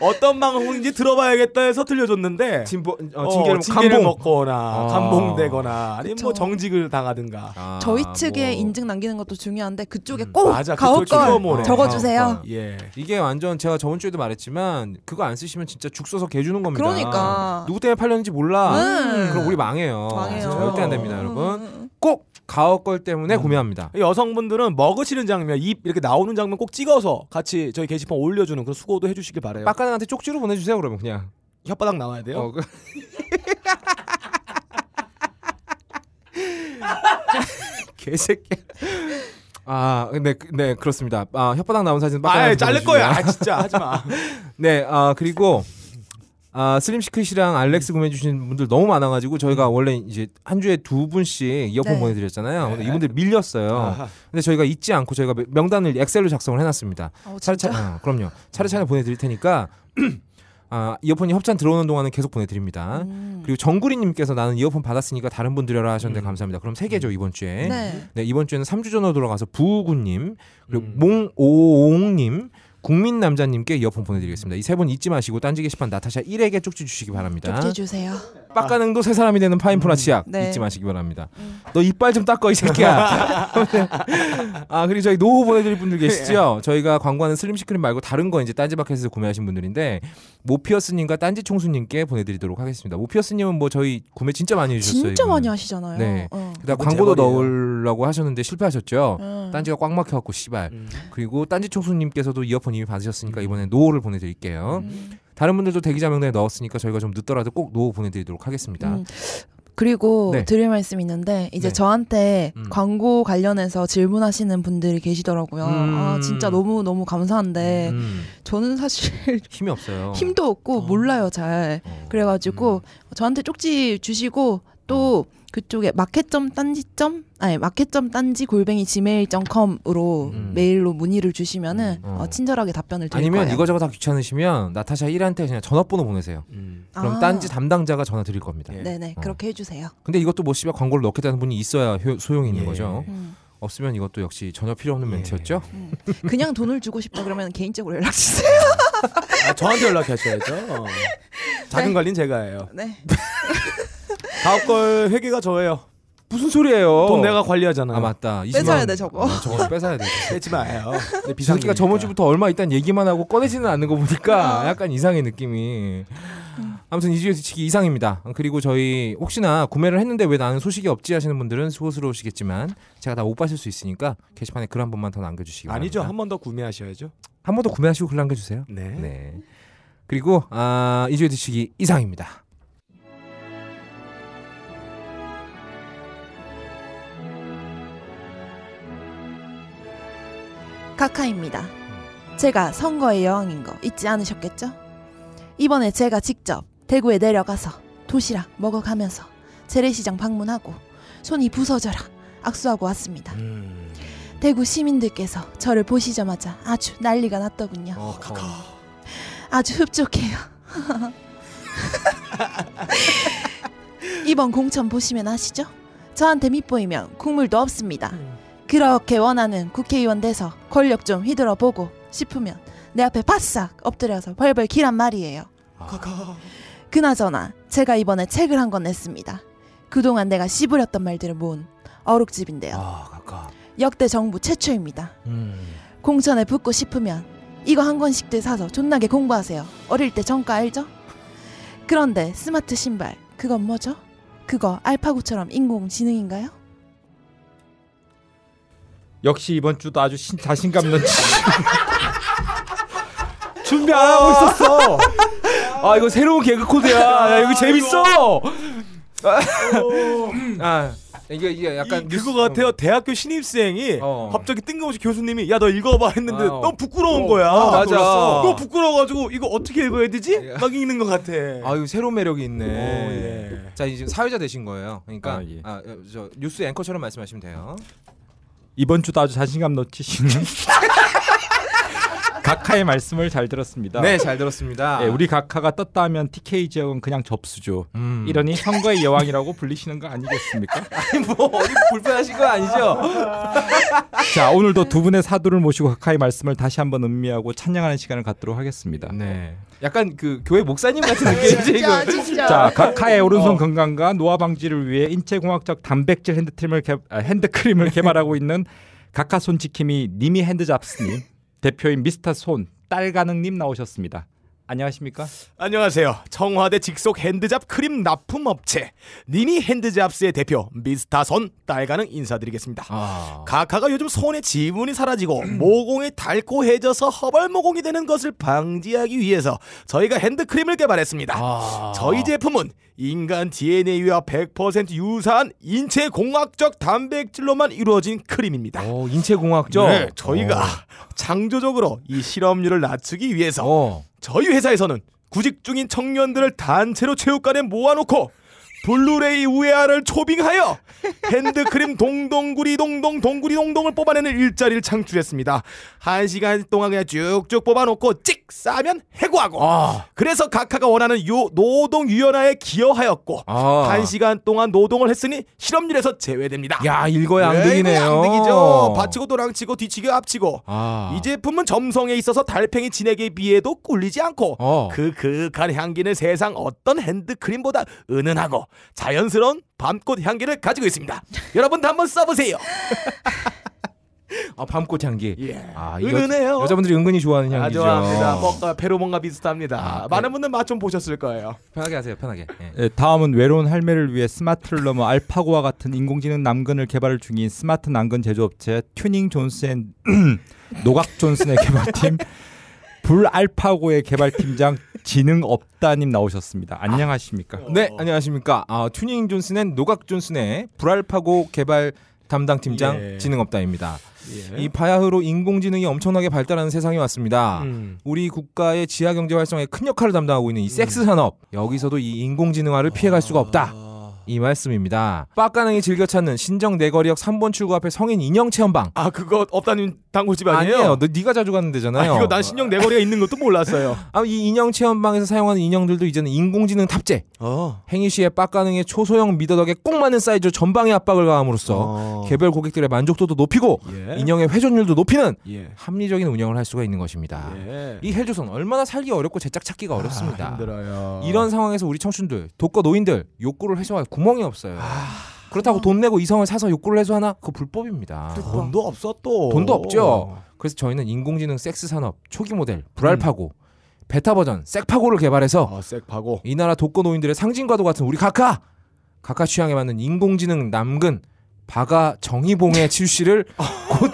Speaker 1: 어떤 방송인지 들어봐야겠다 해서 들려줬는데
Speaker 2: 진보
Speaker 1: 어,
Speaker 2: 어, 징계를
Speaker 1: 징계를
Speaker 2: 감봉.
Speaker 1: 먹거나
Speaker 2: 아.
Speaker 1: 감봉되거나 아니면 뭐
Speaker 3: 그쵸.
Speaker 1: 정직을 당하든가
Speaker 2: 아,
Speaker 3: 저희 측에
Speaker 2: 뭐.
Speaker 3: 인증 남기는 것도 중요한데 그쪽에
Speaker 2: 음,
Speaker 3: 꼭
Speaker 1: 맞아, 그쪽에
Speaker 3: 가옥걸
Speaker 1: 키워모래.
Speaker 3: 적어주세요
Speaker 2: 아,
Speaker 1: 예
Speaker 2: 이게 완전 제가 저번 주에도 말했지만 그거 안 쓰시면 진짜 죽 써서 개 주는 겁니다.
Speaker 3: 그러니까.
Speaker 2: 누구 때문에 팔렸는지 몰라.
Speaker 3: 음.
Speaker 2: 아, 그럼 우리 망해요.
Speaker 3: 망해요
Speaker 2: 절대 안 됩니다,
Speaker 3: 음.
Speaker 2: 여러분. 꼭 가옥걸 때문에 구매합니다.
Speaker 1: 여성분들은 먹으시는 장면 입 이렇게 나오는 장면 꼭 찍어서 같이 저희 게시판 올려주는 그런 수고도 해주시길 바래요
Speaker 2: 빡가능한테 쪽지로 보내주세요, 그러면 그냥.
Speaker 1: 혓바닥 나와야 돼요
Speaker 2: 어, 네. 그- 개새끼. 아, 네, 그- 네 그렇습니다. 아, 혓바닥 나온 사진
Speaker 1: 아
Speaker 2: 빡가능한테
Speaker 1: 자를
Speaker 2: 보내주세요.
Speaker 1: 거야 아, 진짜 하지마
Speaker 2: 네, 아 그리고 아 슬림 시크릿이랑 알렉스 구매해 주신 분들 너무 많아가지고 저희가 원래 이제 한 주에 두 분씩 이어폰
Speaker 3: 음. 네.
Speaker 2: 보내드렸잖아요. 근데 이분들 밀렸어요. 근데 저희가 잊지 않고 저희가 명- 명단을 엑셀로 작성을 해놨습니다.
Speaker 3: 어, 진짜? 음.
Speaker 2: 차례차례 어, 그럼요. 차례차례 보내드릴 테니까 아 이어폰이 협찬 들어오는 동안은 계속 보내드립니다.
Speaker 3: 음.
Speaker 2: 그리고 정구리님께서 나는 이어폰 받았으니까 다른 분들이라 하셨는데 감사합니다. 그럼 세 개죠 이번 주에.
Speaker 3: 음. 네.
Speaker 2: 네 이번 주에는 3주 전으로 돌아가서 부우구님 그리고 몽오옹님 국민남자님께 이어폰 보내드리겠습니다. 이 세 분 잊지 마시고 딴지 게시판 나타샤 1에게 쪽지 주시기 바랍니다.
Speaker 3: 쪽지 주세요.
Speaker 2: 빡가능도 새 사람이 되는 파인프라 치약
Speaker 3: 네. 음.
Speaker 2: 잊지 마시기 바랍니다. 너 이빨 좀 닦아 이 새끼야. 아 그리고 저희 노후 보내드릴 분들
Speaker 3: 네.
Speaker 2: 계시죠? 저희가 광고하는 슬림 시크릿 말고 다른 거 이제 딴지마켓에서 구매하신 분들인데 모피어스님과 딴지 총수님께 보내드리도록 하겠습니다. 모피어스님은 뭐 저희 구매 진짜 많이 해주셨어요.
Speaker 3: 진짜
Speaker 2: 이분은.
Speaker 3: 많이 하시잖아요.
Speaker 2: 네.
Speaker 3: 어.
Speaker 2: 그다음
Speaker 1: 그건
Speaker 2: 광고도
Speaker 1: 재벌이에요.
Speaker 2: 넣으려고 하셨는데 실패하셨죠.
Speaker 3: 음.
Speaker 2: 딴지가 꽉 막혀갖고 씨발. 그리고 딴지 총수님께서도 이어폰 이미 받으셨으니까 이번에 노호를
Speaker 3: 음.
Speaker 2: 보내드릴게요. 다른 분들도 대기자 명단에 넣었으니까 저희가 좀 늦더라도 꼭 노호 보내드리도록 하겠습니다.
Speaker 3: 음. 그리고
Speaker 2: 네.
Speaker 3: 드릴 말씀이 있는데 이제
Speaker 2: 네.
Speaker 3: 저한테
Speaker 2: 음.
Speaker 3: 광고 관련해서 질문하시는 분들이 계시더라고요.
Speaker 2: 음.
Speaker 3: 아 진짜 너무 너무 감사한데
Speaker 2: 음,
Speaker 3: 저는 사실
Speaker 2: 힘이 없어요.
Speaker 3: 네. 힘도 없고
Speaker 2: 어.
Speaker 3: 몰라요 잘.
Speaker 2: 어.
Speaker 3: 그래가지고 저한테 쪽지 주시고 또
Speaker 2: 어.
Speaker 3: 그쪽에 마켓점 딴지점 아니 마켓점 딴지 골뱅이 gmail.com으로
Speaker 2: 음.
Speaker 3: 메일로 문의를 주시면은
Speaker 2: 음. 어.
Speaker 3: 어, 친절하게 답변을 드릴
Speaker 2: 아니면
Speaker 3: 거예요.
Speaker 2: 이거저거 다 귀찮으시면 나타샤 1한테 그냥 전화번호 보내세요. 그럼
Speaker 3: 아.
Speaker 2: 딴지 담당자가 전화 드릴 겁니다.
Speaker 4: 예.
Speaker 3: 네네
Speaker 2: 어.
Speaker 3: 그렇게 해주세요.
Speaker 2: 근데 이것도 뭐 씨발 광고를 넣겠다는 분이 있어야 효- 소용이 있는
Speaker 4: 예.
Speaker 2: 거죠.
Speaker 3: 음.
Speaker 2: 없으면 이것도 역시 전혀 필요 없는
Speaker 4: 예.
Speaker 2: 멘트였죠.
Speaker 3: 그냥 돈을 주고 싶다 그러면 개인적으로 연락 주세요.
Speaker 1: 아, 저한테 연락하셔야죠. 어. 자금
Speaker 3: 네.
Speaker 1: 관리는 제가 해요.
Speaker 3: 네.
Speaker 1: 다음 걸 회계가 저예요.
Speaker 2: 무슨 소리예요?
Speaker 1: 돈 내가 관리하잖아요.
Speaker 2: 아 맞다. 20만
Speaker 3: 뺏어야
Speaker 2: 원.
Speaker 3: 돼, 저거.
Speaker 2: 어, 저거 뺏어야 돼.
Speaker 1: 지 마요. 내
Speaker 2: 비상기가 저번 주부터 얼마 있다는 얘기만 하고 꺼내지는 않는 거 보니까 약간 이상해 느낌이. 아무튼 이주의 지치기 이상입니다. 그리고 저희 혹시나 구매를 했는데 왜 나는 소식이 없지 하시는 분들은 수고스러우시겠지만 제가 다 못 봤을 수 있으니까 게시판에 글 한 번만 더 남겨주시기
Speaker 1: 아니죠. 한
Speaker 2: 바랍니다.
Speaker 1: 번 더 구매하셔야죠.
Speaker 2: 한 번 더 구매하시고 글 남겨주세요.
Speaker 1: 네.
Speaker 2: 네. 그리고 아, 이주의 지치기 이상입니다.
Speaker 3: 카카입니다. 제가 선거의 여왕인 거 잊지 않으셨겠죠? 이번에 제가 직접 대구에 내려가서 도시락 먹어가면서 재래시장 방문하고 손이 부서져라 악수하고 왔습니다. 대구 시민들께서 저를 보시자마자 아주 난리가 났더군요.
Speaker 2: 어,
Speaker 3: 아주 흡족해요. 이번 공천 보시면 아시죠? 저한테 밑보이면 국물도 없습니다.
Speaker 2: 음.
Speaker 3: 그렇게 원하는 국회의원 돼서 권력 좀 휘둘러 보고 싶으면 내 앞에 바싹 엎드려서 벌벌 기란 말이에요. 그나저나 제가 이번에 책을 한 권 냈습니다. 그동안 내가 씨부렸던 말들을 모은 어록집인데요.
Speaker 2: 아, 가까.
Speaker 3: 역대 정부 최초입니다.
Speaker 2: 음.
Speaker 3: 공천에 붙고 싶으면 이거 한 권씩들 사서 존나게 공부하세요. 어릴 때 정가 알죠? 그런데 스마트 신발 그건 뭐죠? 그거 알파고처럼 인공지능인가요?
Speaker 4: 역시 이번 주도 아주 신, 자신감 넘치.
Speaker 1: 준비 안 하고 있었어.
Speaker 2: 아 이거 새로운 개그 코드야. 야 이거 재밌어. 아 이게 이게 약간
Speaker 1: 약간
Speaker 2: 뉴스-
Speaker 1: 그거 같아요. 대학교 신입생이
Speaker 2: 어.
Speaker 1: 갑자기 뜬금없이 교수님이 야 너 읽어봐 했는데
Speaker 2: 아, 어.
Speaker 1: 너무 부끄러운
Speaker 2: 어,
Speaker 1: 거야.
Speaker 2: 아, 맞아.
Speaker 1: 그래서 너무 부끄러워가지고 이거 어떻게 읽어야 되지? 막 읽는 것 같아.
Speaker 2: 아 어, 이거 새로운 매력이 있네.
Speaker 1: 네. 오, 예.
Speaker 2: 자 이제 사회자 되신 거예요. 그러니까
Speaker 4: 아, 예.
Speaker 2: 아저 뉴스 앵커처럼 말씀하시면 돼요.
Speaker 4: 이번 주도 아주 자신감 넘치시는 각하의 말씀을 잘 들었습니다.
Speaker 2: 네 잘 들었습니다.
Speaker 4: 예, 우리 각하가 떴다 하면 TK 지역은 그냥 접수죠.
Speaker 2: 음.
Speaker 4: 이러니 선거의 여왕이라고 불리시는 거 아니겠습니까?
Speaker 2: 뭐 어디 불편하신 거 아니죠?
Speaker 4: 자, 오늘도 두 분의 사도를 모시고 각하의 말씀을 다시 한번 음미하고 찬양하는 시간을 갖도록 하겠습니다.
Speaker 2: 네. 약간 그 교회 목사님 같은 느낌이지 이거.
Speaker 3: 진짜.
Speaker 4: 자, 각하의
Speaker 2: 어.
Speaker 4: 오른손 건강과 노화 방지를 위해 인체공학적 단백질 핸드크림을, 개, 아, 핸드크림을 개발하고 있는 각하 손 지킴이 님이 핸드 잡스님 대표인 미스터 손 딸가능님 나오셨습니다. 안녕하십니까?
Speaker 1: 안녕하세요. 청와대 직속 핸드잡 크림 납품 업체 니니 핸드잡스의 대표 미스타선 딸가능 인사드리겠습니다.
Speaker 2: 아.
Speaker 4: 어.
Speaker 1: 카카가 요즘 손에 지문이 사라지고 모공이 닳고해져서 허벌모공이 되는 것을 방지하기 위해서 저희가 핸드크림을 개발했습니다.
Speaker 2: 아.
Speaker 1: 저희 제품은 인간 DNA와 100% 유사한 인체 공학적 단백질로만 이루어진 크림입니다.
Speaker 2: 어 인체 공학죠.
Speaker 1: 네, 저희가 창조적으로 이 실험률을 낮추기 위해서
Speaker 2: 어.
Speaker 1: 저희 회사에서는 구직 중인 청년들을 단체로 체육관에 모아놓고 블루레이 우에아를 초빙하여 핸드크림 동동구리 동동 동구리 동동을 뽑아내는 일자리를 창출했습니다. 한 시간 동안 그냥 쭉쭉 뽑아놓고 찍 싸면 해고하고
Speaker 2: 아.
Speaker 1: 그래서 각하가 원하는 요 노동유연화에 기여하였고
Speaker 2: 아.
Speaker 1: 한 시간 동안 노동을 했으니 실업률에서 제외됩니다.
Speaker 2: 야 일거야
Speaker 1: 네,
Speaker 2: 양득이네요.
Speaker 1: 이거 양득이죠. 받치고 도랑치고 뒤치고 앞치고
Speaker 2: 아.
Speaker 1: 이 제품은 점성에 있어서 달팽이 진액에 비해도 꿀리지 않고
Speaker 2: 어.
Speaker 1: 그 그윽한 향기는 세상 어떤 핸드크림보다 은은하고 자연스러운 밤꽃 향기를 가지고 있습니다. 여러분도 한번 써보세요.
Speaker 2: 아 밤꽃 향기.
Speaker 1: 예.
Speaker 2: 아, 이거
Speaker 1: 은은해요.
Speaker 2: 여자분들이 은근히 좋아하는
Speaker 1: 아,
Speaker 2: 향기죠.
Speaker 1: 좋아합니다. 뭔가 페로몬과 비슷합니다.
Speaker 2: 아,
Speaker 1: 많은 분들 맛 좀 보셨을 거예요.
Speaker 2: 편하게 하세요. 편하게. 예.
Speaker 4: 예, 다음은 외로운 할매를 위해 스마트를 넘어 알파고와 같은 인공지능 남근을 개발 중인 스마트 남근 제조업체 튜닝 존슨 노각 존슨의 개발팀 불알파고의 개발팀장 지능 없다님 나오셨습니다. 안녕하십니까?
Speaker 1: 어.
Speaker 2: 네, 안녕하십니까. 아, 튜닝 존슨앤 노각 존슨의 불알파고 개발 담당 팀장
Speaker 1: 예.
Speaker 2: 지능업다입니다.
Speaker 1: 예.
Speaker 2: 이 바야흐로 인공지능이 엄청나게 발달하는 세상이 왔습니다.
Speaker 1: 음.
Speaker 2: 우리 국가의 지하 경제 활성에 큰 역할을 담당하고 있는 이 섹스 산업 여기서도 이 인공지능화를 피해갈 수가 없다.
Speaker 1: 아.
Speaker 2: 이 말씀입니다. 빡가능이 즐겨 찾는 신정 네 내거리역 3번 출구 앞에 성인 인형 체험방
Speaker 1: 아 그거 업다님 단골집 아니에요?
Speaker 2: 아니에요. 너 네가 자주 가는
Speaker 1: 아,
Speaker 2: 데잖아요.
Speaker 1: 이거 난 신형 내거리가 있는 것도 몰랐어요.
Speaker 2: 아, 이 인형 체험방에서 사용하는 인형들도 이제는 인공지능 탑재
Speaker 1: 어.
Speaker 2: 행위 시에 빡가능의 초소형 미더덕에 꼭 맞는 사이즈 전방의 압박을 가함으로써 개별 고객들의 만족도도 높이고
Speaker 1: 어. 예.
Speaker 2: 인형의 회전율도 높이는
Speaker 1: 예.
Speaker 2: 합리적인 운영을 할 수가 있는 것입니다.
Speaker 1: 예.
Speaker 2: 아, 이 헬조선 얼마나 살기 어렵고 제작 찾기가
Speaker 1: 아,
Speaker 2: 어렵습니다.
Speaker 1: 힘들어요.
Speaker 2: 이런 상황에서 우리 청춘들, 독거 노인들 욕구를 해소할 구멍이 없어요.
Speaker 1: 아.
Speaker 2: 그렇다고 돈 내고 이성을 사서 욕구를 해소하나 그거 불법입니다.
Speaker 1: 돈도 없어 또.
Speaker 2: 돈도 없죠. 그래서 저희는 인공지능 섹스 산업 초기
Speaker 1: 음.
Speaker 2: 모델 불알파고 베타 버전 섹파고를 개발해서
Speaker 4: 어.
Speaker 1: 아, 섹파고.
Speaker 2: 이 나라 독거 노인들의 상징과도 같은 우리 각하 각하 취향에 맞는 인공지능 남근 바가
Speaker 1: 네.
Speaker 2: 정의봉의 출시를
Speaker 1: 어.
Speaker 2: 곧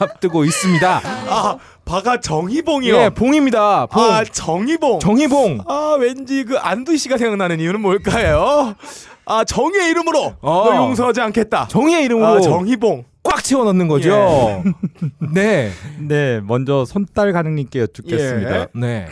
Speaker 2: 앞두고 있습니다.
Speaker 4: 네.
Speaker 1: 아, 바가 정희봉이요.
Speaker 2: 예, 봉입니다. 봉.
Speaker 1: 아, 정희봉.
Speaker 2: 정의봉.
Speaker 1: 아, 왠지 그 안두희 씨가 생각나는 이유는 뭘까요? 아, 정의의 이름으로
Speaker 2: 어.
Speaker 1: 너 용서하지 않겠다.
Speaker 2: 정의의 이름으로
Speaker 1: 아, 정희봉. 예.
Speaker 2: 꽉 채워 넣는 거죠. 네.
Speaker 4: 네, 먼저 손딸 가능님께 여쭙겠습니다.
Speaker 1: 예.
Speaker 2: 네.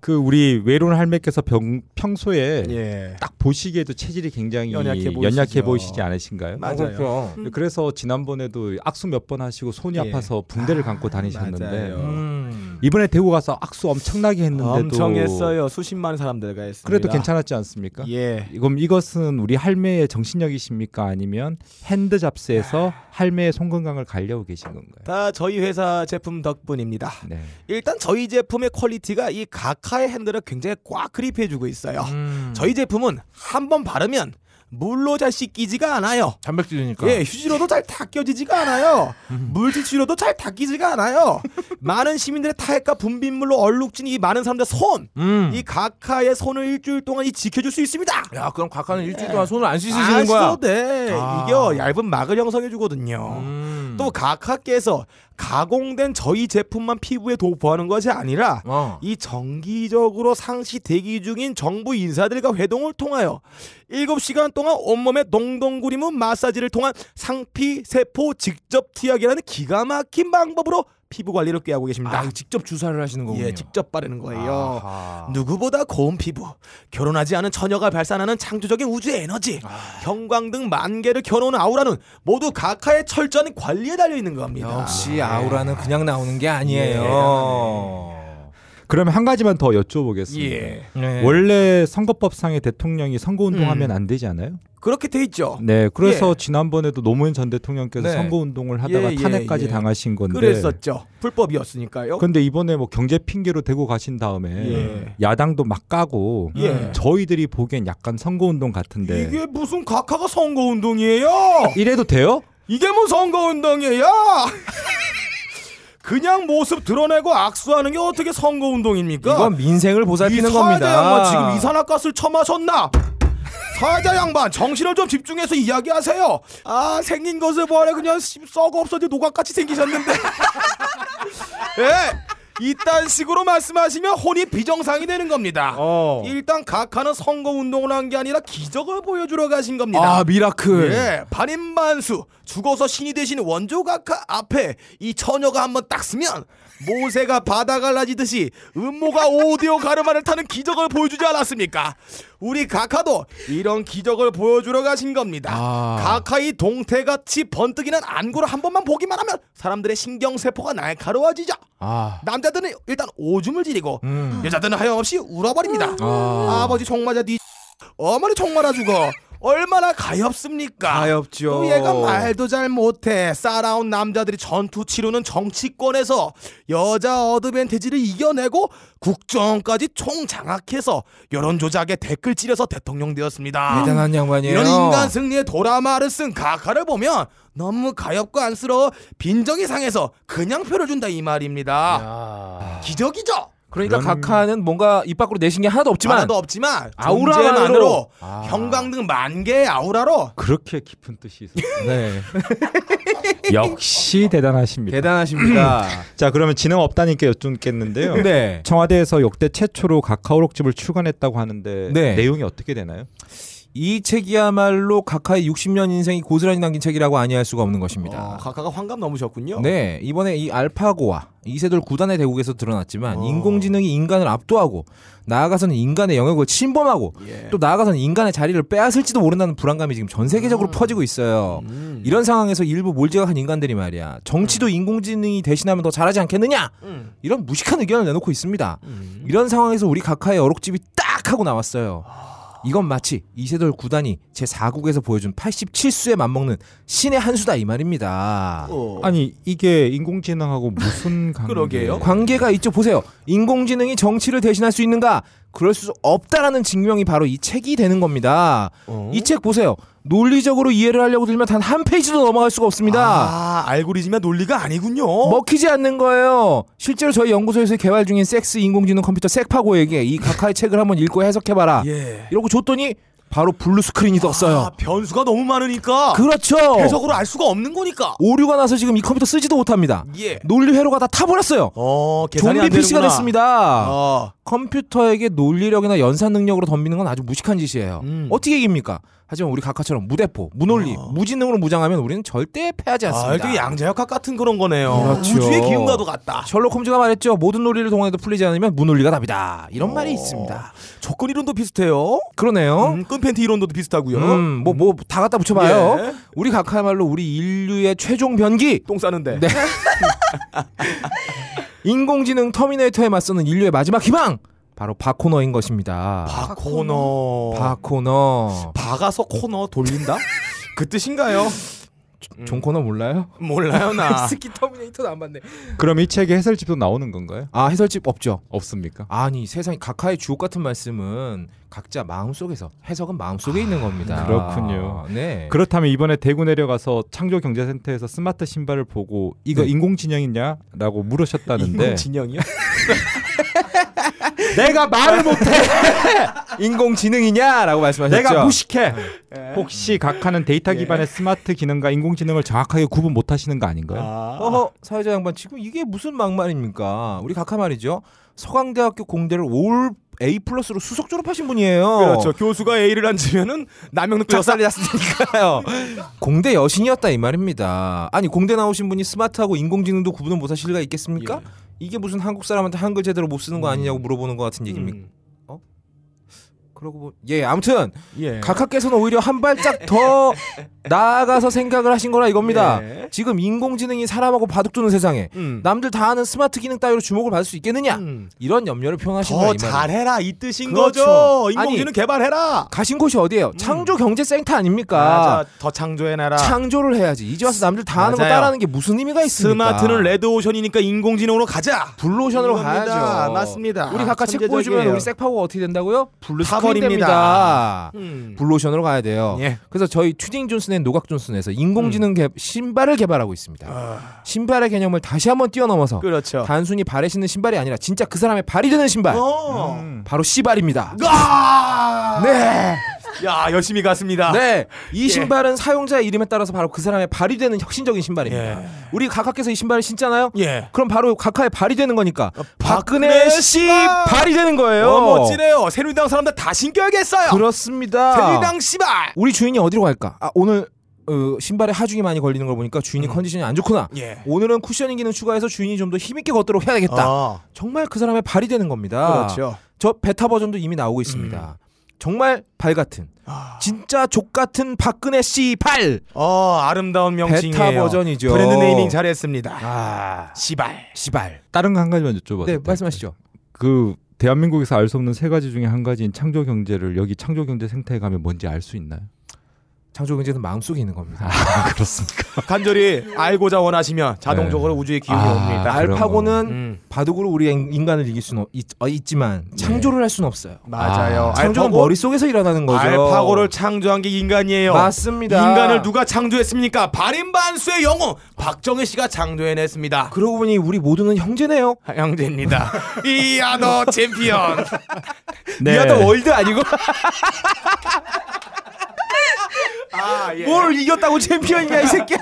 Speaker 4: 그 우리 외로운 할매께서 병, 평소에
Speaker 1: 예.
Speaker 4: 딱 보시기에도 체질이 굉장히
Speaker 1: 연약해 보이시죠.
Speaker 4: 연약해 보이시지 않으신가요?
Speaker 1: 맞아요.
Speaker 2: 그렇죠.
Speaker 4: 그래서 지난번에도 악수 몇 번 하시고 손이
Speaker 1: 예.
Speaker 4: 아파서 붕대를 감고 다니셨는데
Speaker 1: 맞아요.
Speaker 2: 음.
Speaker 4: 이번에 대구 가서 악수 엄청나게 했는데도
Speaker 1: 엄청 했어요. 수십만 사람들 가 했습니다.
Speaker 4: 그래도 괜찮았지 않습니까?
Speaker 1: 예.
Speaker 4: 그럼 이것은 우리 할매의 정신력이십니까 아니면 핸드 잡스에서
Speaker 1: 아.
Speaker 4: 할매의 손 건강을 갈려고 계신 건가요?
Speaker 1: 다 저희 회사 제품 덕분입니다.
Speaker 4: 네.
Speaker 1: 일단 저희 제품의 퀄리티가 이 가카의 핸들을 굉장히 꽉 그립해주고 있어요.
Speaker 2: 음.
Speaker 1: 저희 제품은 한 번 바르면 물로 잘 씻기지가 않아요.
Speaker 2: 단백질이니까. 음.
Speaker 1: 예, 휴지로도 잘 닦여지지가 않아요. 물티슈로도 잘 닦이지가 않아요. 많은 시민들의 타액과 분비물로 얼룩진 이 많은 사람들의 손,
Speaker 2: 음.
Speaker 1: 이 가카의 손을 일주일 동안 이 지켜줄 수 있습니다.
Speaker 2: 야, 그럼 각하는 일주일
Speaker 1: 예.
Speaker 2: 동안 손을 안 씻으시는
Speaker 1: 안
Speaker 2: 거야.
Speaker 1: 써도 돼.
Speaker 2: 아.
Speaker 1: 이게 얇은 막을 형성해주거든요.
Speaker 2: 음.
Speaker 1: 또 각하께서 가공된 저희 제품만 피부에 도포하는 것이 아니라
Speaker 2: 어.
Speaker 1: 이 정기적으로 상시 대기 중인 정부 인사들과 회동을 통하여 7시간 동안 온몸에 동동구리문 마사지를 통한 상피 세포 직접 투약이라는 기가 막힌 방법으로 피부 관리를 꾀하고 계십니다.
Speaker 2: 아, 직접 주사를 하시는 거군요.
Speaker 1: 예, 직접 어. 바르는 거예요.
Speaker 2: 아하.
Speaker 1: 누구보다 고운 피부, 결혼하지 않은 처녀가 발산하는 창조적인 우주의 에너지,
Speaker 2: 아.
Speaker 1: 형광 등 만개를 겨누는 아우라는 모두 각하의 철저한 관리에 달려 있는 겁니다.
Speaker 2: 역시 아우라는 그냥 나오는 게 아니에요.
Speaker 4: 네. 그러면 한 가지만 더 여쭤보겠습니다.
Speaker 1: 예.
Speaker 2: 네.
Speaker 4: 원래 선거법상에 대통령이 선거 운동하면 안 되지 않아요?
Speaker 1: 그렇게 돼 있죠.
Speaker 4: 네, 그래서
Speaker 1: 예.
Speaker 4: 지난번에도 노무현 전 대통령께서
Speaker 2: 네.
Speaker 4: 선거 운동을 하다가
Speaker 1: 예, 예,
Speaker 4: 탄핵까지
Speaker 1: 예.
Speaker 4: 당하신 건데.
Speaker 1: 그랬었죠.
Speaker 2: 그렇죠.
Speaker 1: 불법이었으니까요.
Speaker 4: 근데 이번에 뭐 경제 핑계로 대구 가신 다음에
Speaker 1: 예.
Speaker 4: 야당도 막 까고
Speaker 1: 예.
Speaker 4: 저희들이 보기엔 약간 선거
Speaker 2: 네.
Speaker 4: 운동 같은데
Speaker 1: 이게 무슨 각하가 선거 운동이에요?
Speaker 4: 이래도 돼요?
Speaker 1: 이게 뭐 선거 운동이에요? 그냥 모습 드러내고 악수하는 게 어떻게 선거 운동입니까?
Speaker 2: 이건 민생을 보살피는
Speaker 1: 이 사회자 양반
Speaker 2: 겁니다.
Speaker 1: 지금 이산화가스를 처마셨나? 사자 양반 정신을 좀 집중해서 이야기하세요. 아 생긴 것을 보아래 그냥 씨- 썩어 없어진 노각같이 생기셨는데. 예. 이딴 식으로 말씀하시면 혼이 비정상이 되는 겁니다.
Speaker 2: 어.
Speaker 1: 일단 각하는 선거 운동을 한 게 아니라 기적을 보여주러 가신 겁니다.
Speaker 2: 아 미라클.
Speaker 1: 예, 반인반수 죽어서 신이 되신 원조 각하 앞에 이 처녀가 한번 딱 쓰면 모세가 바다 갈라지듯이 음모가 오디오 가르마를 타는 기적을 보여주지 않았습니까? 우리 각하도 이런 기적을 보여주러 가신 겁니다.
Speaker 2: 아.
Speaker 1: 각하의 동태같이 번뜩이는 안구를 한 번만 보기만 하면 사람들의 신경세포가 날카로워지죠.
Speaker 2: 아.
Speaker 1: 남자들은 일단 오줌을 지리고
Speaker 2: 음.
Speaker 1: 여자들은 하염없이 울어버립니다.
Speaker 2: 아.
Speaker 1: 아버지 총 맞아 뒤 어머니 총 맞아 죽어 얼마나 가엾습니까?
Speaker 2: 가엾죠.
Speaker 1: 아, 또 얘가 말도 잘 못해 싸라운 남자들이 전투 치르는 정치권에서 여자 어드밴티지를 이겨내고 국정까지 총 장악해서 여론 조작에 댓글 찌려서 대통령 되었습니다.
Speaker 2: 대단한 양반이에요.
Speaker 1: 이런 인간 승리의 도라마를 쓴 가카를 보면 너무 가엾고 안쓰러워 빈정이 상해서 그냥 표를 준다 이 말입니다.
Speaker 2: 아.
Speaker 1: 기적이죠.
Speaker 2: 그러니까
Speaker 1: 그런-
Speaker 2: 각하는 뭔가 입 밖으로 내신 게 하나도 없지만
Speaker 1: 하나도 없지만
Speaker 2: 아우라만으로
Speaker 1: 아우라만으로 형광등 만 개의 아우라로
Speaker 4: 그렇게 깊은 뜻이 있어요.
Speaker 2: 네.
Speaker 4: 역시
Speaker 1: 네.
Speaker 4: 대단하십니다.
Speaker 2: 대단하십니다.
Speaker 4: 자 그러면 지능 없다니까 여쭙겠는데요.
Speaker 2: 네.
Speaker 4: 청와대에서 역대 최초로 카카오록집을 출간했다고 하는데
Speaker 2: 네.
Speaker 4: 내용이 어떻게 되나요?
Speaker 2: 이 책이야말로 각하의 60년 인생이 고스란히 담긴 책이라고 아니할 수가 없는 것입니다.
Speaker 1: 어, 각하가 환갑 넘으셨군요.
Speaker 2: 네, 이번에 이 알파고와 이세돌 구단의 대국에서 드러났지만
Speaker 1: 어.
Speaker 2: 인공지능이 인간을 압도하고 나아가서는 인간의 영역을 침범하고
Speaker 1: 예.
Speaker 2: 또 나아가서는 인간의 자리를 빼앗을지도 모른다는 불안감이 지금 전 세계적으로 퍼지고 있어요.
Speaker 1: 음.
Speaker 2: 이런 상황에서 일부 몰지각한 인간들이 말이야 정치도 인공지능이 대신하면 더 잘하지 않겠느냐
Speaker 1: 음.
Speaker 2: 이런 무식한 의견을 내놓고 있습니다.
Speaker 1: 음.
Speaker 2: 이런 상황에서 우리 각하의 어록집이 딱 하고 나왔어요.
Speaker 1: 아.
Speaker 2: 이건 마치 이세돌 구단이 제 4국에서 보여준 87수에 맞먹는 신의 한 수다 이 말입니다.
Speaker 1: 어.
Speaker 4: 아니 이게 인공지능하고 무슨 관계?
Speaker 1: 그러게요.
Speaker 2: 관계가 있죠. 보세요. 인공지능이 정치를 대신할 수 있는가? 그럴 수 없다라는 증명이 바로 이 책이 되는 겁니다.
Speaker 1: 어?
Speaker 2: 이 책 보세요. 논리적으로 이해를 하려고 들면 단 한 페이지도 넘어갈 수가 없습니다.
Speaker 1: 아, 알고리즘의 논리가 아니군요.
Speaker 2: 먹히지 않는 거예요. 실제로 저희 연구소에서 개발 중인 섹스 인공지능 컴퓨터 섹파고에게 이 각하의 책을 한번 읽고 해석해봐라.
Speaker 1: 예.
Speaker 2: 이러고 줬더니 바로 블루 스크린이
Speaker 1: 아,
Speaker 2: 떴어요.
Speaker 1: 변수가 너무 많으니까
Speaker 2: 그렇죠.
Speaker 1: 해석으로 알 수가 없는 거니까.
Speaker 2: 오류가 나서 지금 이 컴퓨터 쓰지도 못합니다.
Speaker 1: 예.
Speaker 2: 논리 회로가 다 타버렸어요.
Speaker 1: 어, 계산이
Speaker 2: 좀비
Speaker 1: 안
Speaker 2: PC가
Speaker 1: 되는구나.
Speaker 2: 됐습니다.
Speaker 1: 어.
Speaker 2: 컴퓨터에게 논리력이나 연산 능력으로 덤비는 건 아주 무식한 짓이에요.
Speaker 1: 음.
Speaker 2: 어떻게 이깁니까? 하지만 우리 각하처럼 무대포, 무논리,
Speaker 1: 아.
Speaker 2: 무지능으로 무장하면 우리는 절대 패하지
Speaker 1: 아,
Speaker 2: 않습니다.
Speaker 1: 되게 양자역학 같은 그런 거네요.
Speaker 2: 그렇죠.
Speaker 1: 우주의 기운과도 같다.
Speaker 2: 셜록 홈즈가 말했죠. 모든 논리를 동원해도 풀리지 않으면 무논리가 답이다. 이런
Speaker 1: 어.
Speaker 2: 말이 있습니다.
Speaker 1: 조건 이론도 비슷해요.
Speaker 2: 그러네요.
Speaker 1: 음, 끈팬티 이론도 비슷하고요.
Speaker 2: 음, 뭐 뭐 다 갖다 붙여봐요.
Speaker 1: 예.
Speaker 2: 우리 각하야말로 우리 인류의 최종 변기.
Speaker 1: 똥 싸는데.
Speaker 2: 네. 인공지능 터미네이터에 맞서는 인류의 마지막 희망 바로 바코너인 것입니다.
Speaker 1: 바 코너.
Speaker 2: 바코너.
Speaker 1: 박아서 코너 돌린다? 그 뜻인가요?
Speaker 2: 존코너 몰라요?
Speaker 1: 몰라요 나.
Speaker 2: 스키 터미네이터도 안 봤네.
Speaker 4: 그럼 이 책에 해설집도 나오는 건가요?
Speaker 2: 아 해설집 없죠.
Speaker 4: 없습니까?
Speaker 2: 아니 세상에 각하의 주옥 같은 말씀은 각자 마음 속에서 해석은 마음 속에 있는 겁니다.
Speaker 4: 그렇군요.
Speaker 2: 네.
Speaker 4: 그렇다면 이번에 대구 내려가서 창조경제센터에서 스마트 신발을 보고 이거
Speaker 2: 네.
Speaker 4: 인공지능이냐라고 물으셨다는데
Speaker 1: 인공 진영이요?
Speaker 4: 내가 말을 못해
Speaker 2: 인공지능이냐라고 말씀하셨죠.
Speaker 4: 내가 무식해 혹시 각하는 데이터 기반의 스마트 기능과 인공지능을 정확하게 구분 못하시는 거 아닌가요?
Speaker 1: 아.
Speaker 2: 어허 사회자 양반 지금 이게 무슨 막말입니까? 우리 각하 말이죠. 서강대학교 공대를 올 A 플러스로 수석 졸업하신 분이에요.
Speaker 1: 그렇죠. 교수가 A를 앉으면은 남영은
Speaker 2: 닭살이 났으니까요. 공대 여신이었다 이 말입니다. 아니 공대 나오신 분이 스마트하고 인공지능도 구분을 못하실 리가 있겠습니까? 이게 무슨 한국 사람한테 한글 제대로 못 쓰는 거 아니냐고 물어보는 것 같은 얘기입니까? 그러고 뭐, 예 아무튼
Speaker 1: 예.
Speaker 2: 각하께서는 오히려 한 발짝 더 나아가서 생각을 하신 거라 이겁니다.
Speaker 1: 예.
Speaker 2: 지금 인공지능이 사람하고 바둑 두는 세상에
Speaker 1: 음.
Speaker 2: 남들 다 아는 스마트 기능 따위로 주목을 받을 수 있겠느냐
Speaker 1: 음.
Speaker 2: 이런 염려를 표현하신 거예요.
Speaker 1: 더
Speaker 2: 이 말은.
Speaker 1: 잘해라 이 뜻인
Speaker 2: 그렇죠.
Speaker 1: 거죠.
Speaker 2: 아니,
Speaker 1: 인공지능 개발해라.
Speaker 2: 가신 곳이 어디예요? 창조경제센터 아닙니까?
Speaker 1: 음. 맞아. 더 창조해내라.
Speaker 2: 창조를 해야지. 이제 와서 남들 다 하는 거
Speaker 1: 맞아요.
Speaker 2: 따라하는 게 무슨 의미가 있습니까?
Speaker 1: 스마트는 레드오션이니까 인공지능으로 가자.
Speaker 2: 블루오션으로
Speaker 1: 이겁니다.
Speaker 2: 가야죠.
Speaker 1: 맞습니다.
Speaker 2: 우리 각하 책
Speaker 1: 천재적이에요.
Speaker 2: 보여주면 우리 섹파고가 어떻게 된다고요? 블루
Speaker 1: 다
Speaker 2: 스크린
Speaker 1: 버립니다.
Speaker 2: 됩니다.
Speaker 1: 음.
Speaker 2: 블루오션으로 가야 돼요.
Speaker 1: 예.
Speaker 2: 그래서 저희 튜닝 존슨의 노각 존슨에서 인공지능 개- 신발을 개발하고 있습니다.
Speaker 1: 음. 아,
Speaker 2: 신발의 개념을 다시 한번 뛰어넘어서
Speaker 1: 그렇죠.
Speaker 2: 단순히 발에 신는 신발이 아니라 진짜 그 사람의 발이 되는 신발.
Speaker 1: 어. 그
Speaker 2: 바로 씨발입니다.
Speaker 1: 아!
Speaker 2: 네.
Speaker 1: 야 열심히 갔습니다.
Speaker 2: 네. 이
Speaker 1: 예.
Speaker 2: 신발은 사용자의 이름에 따라서 바로 그 사람의 발이 되는 혁신적인 신발입니다.
Speaker 1: 예.
Speaker 2: 우리 각하께서 이 신발을 신잖아요?
Speaker 1: 예. 어,
Speaker 2: 그럼 바로 각하의 발이 되는 거니까
Speaker 1: 박근혜
Speaker 2: 박근혜 씨
Speaker 1: 씨발!
Speaker 2: 발이 되는 거예요.
Speaker 1: 어, 멋지네요. 새누리당 사람들 다 신겨야겠어요.
Speaker 2: 그렇습니다.
Speaker 1: 새누리당 씨발.
Speaker 2: 우리 주인이 어디로 갈까? 아 오늘 어, 신발에 하중이 많이 걸리는 걸 보니까 주인이
Speaker 1: 음.
Speaker 2: 컨디션이 안 좋구나.
Speaker 1: 예.
Speaker 2: 오늘은 쿠셔닝 기능 추가해서 주인이 좀 더 힘 있게 걷도록 해야 되겠다. 아.
Speaker 1: 아,
Speaker 2: 정말 그 사람의 발이 되는 겁니다.
Speaker 1: 그렇죠. 음.
Speaker 2: 저 베타 버전도 이미 나오고 있습니다. 정말 발 같은
Speaker 1: 아.
Speaker 2: 진짜 족 같은 박근혜 씨 발.
Speaker 1: 어 아름다운 명칭이에요.
Speaker 2: 베타 버전이죠.
Speaker 1: 브랜드 네이밍 잘했습니다.
Speaker 2: 아
Speaker 1: 씨발.
Speaker 2: 씨발.
Speaker 4: 다른 거 한 가지만 여쭤봐도
Speaker 2: 네
Speaker 4: 될까요?
Speaker 2: 말씀하시죠.
Speaker 4: 그 대한민국에서 알 수 없는 세 가지 중에 한 가지인 창조 경제를 여기 창조 경제 생태에 가면 뭔지 알 수 있나요?
Speaker 2: 창조 경제는 마음속에 있는 겁니다.
Speaker 4: 아 그렇습니까?
Speaker 1: 간절히 알고자 원하시면 자동적으로 우주의 기운이
Speaker 2: 아,
Speaker 1: 옵니다.
Speaker 2: 그런 알파고는
Speaker 1: 네. 음,
Speaker 2: 바둑으로 우리 인- 인간을 이길 수는 있, 어, 있지만 창조를 할 수는 없어요.
Speaker 1: 맞아요.
Speaker 2: 창조는
Speaker 1: 알파고,
Speaker 2: 머릿속에서 일어나는 거죠.
Speaker 1: 알파고를 창조한 게 인간이에요.
Speaker 2: 맞습니다.
Speaker 1: 인간을 누가 창조했습니까? 발인반수의 영웅 박정희 씨가 창조해냈습니다.
Speaker 2: 그러고 보니 우리 모두는 형제네요.
Speaker 1: 아, 형제입니다. 이아더 챔피언.
Speaker 4: 네.
Speaker 2: 미아더 월드 아니고
Speaker 1: 아, 예.
Speaker 2: 뭘 이겼다고 챔피언이야 이 새끼야.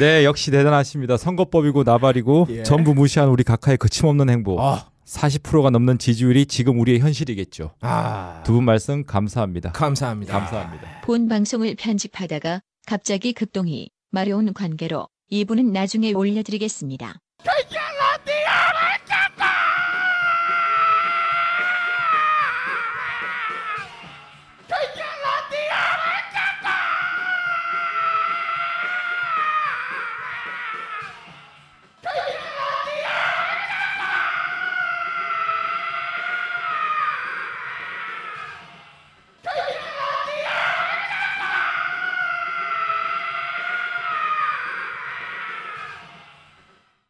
Speaker 4: 네, 역시 대단하십니다. 선거법이고 나발이고
Speaker 1: 예.
Speaker 4: 전부 무시한 우리 각하의 거침없는 행보. 40%가 넘는 지지율이 지금 우리의 현실이겠죠.
Speaker 2: 아
Speaker 4: 두 분 말씀 감사합니다.
Speaker 2: 감사합니다.
Speaker 4: 감사합니다.
Speaker 8: 본 방송을 편집하다가 갑자기 급동이 마려운 관계로 이분은 나중에 올려드리겠습니다.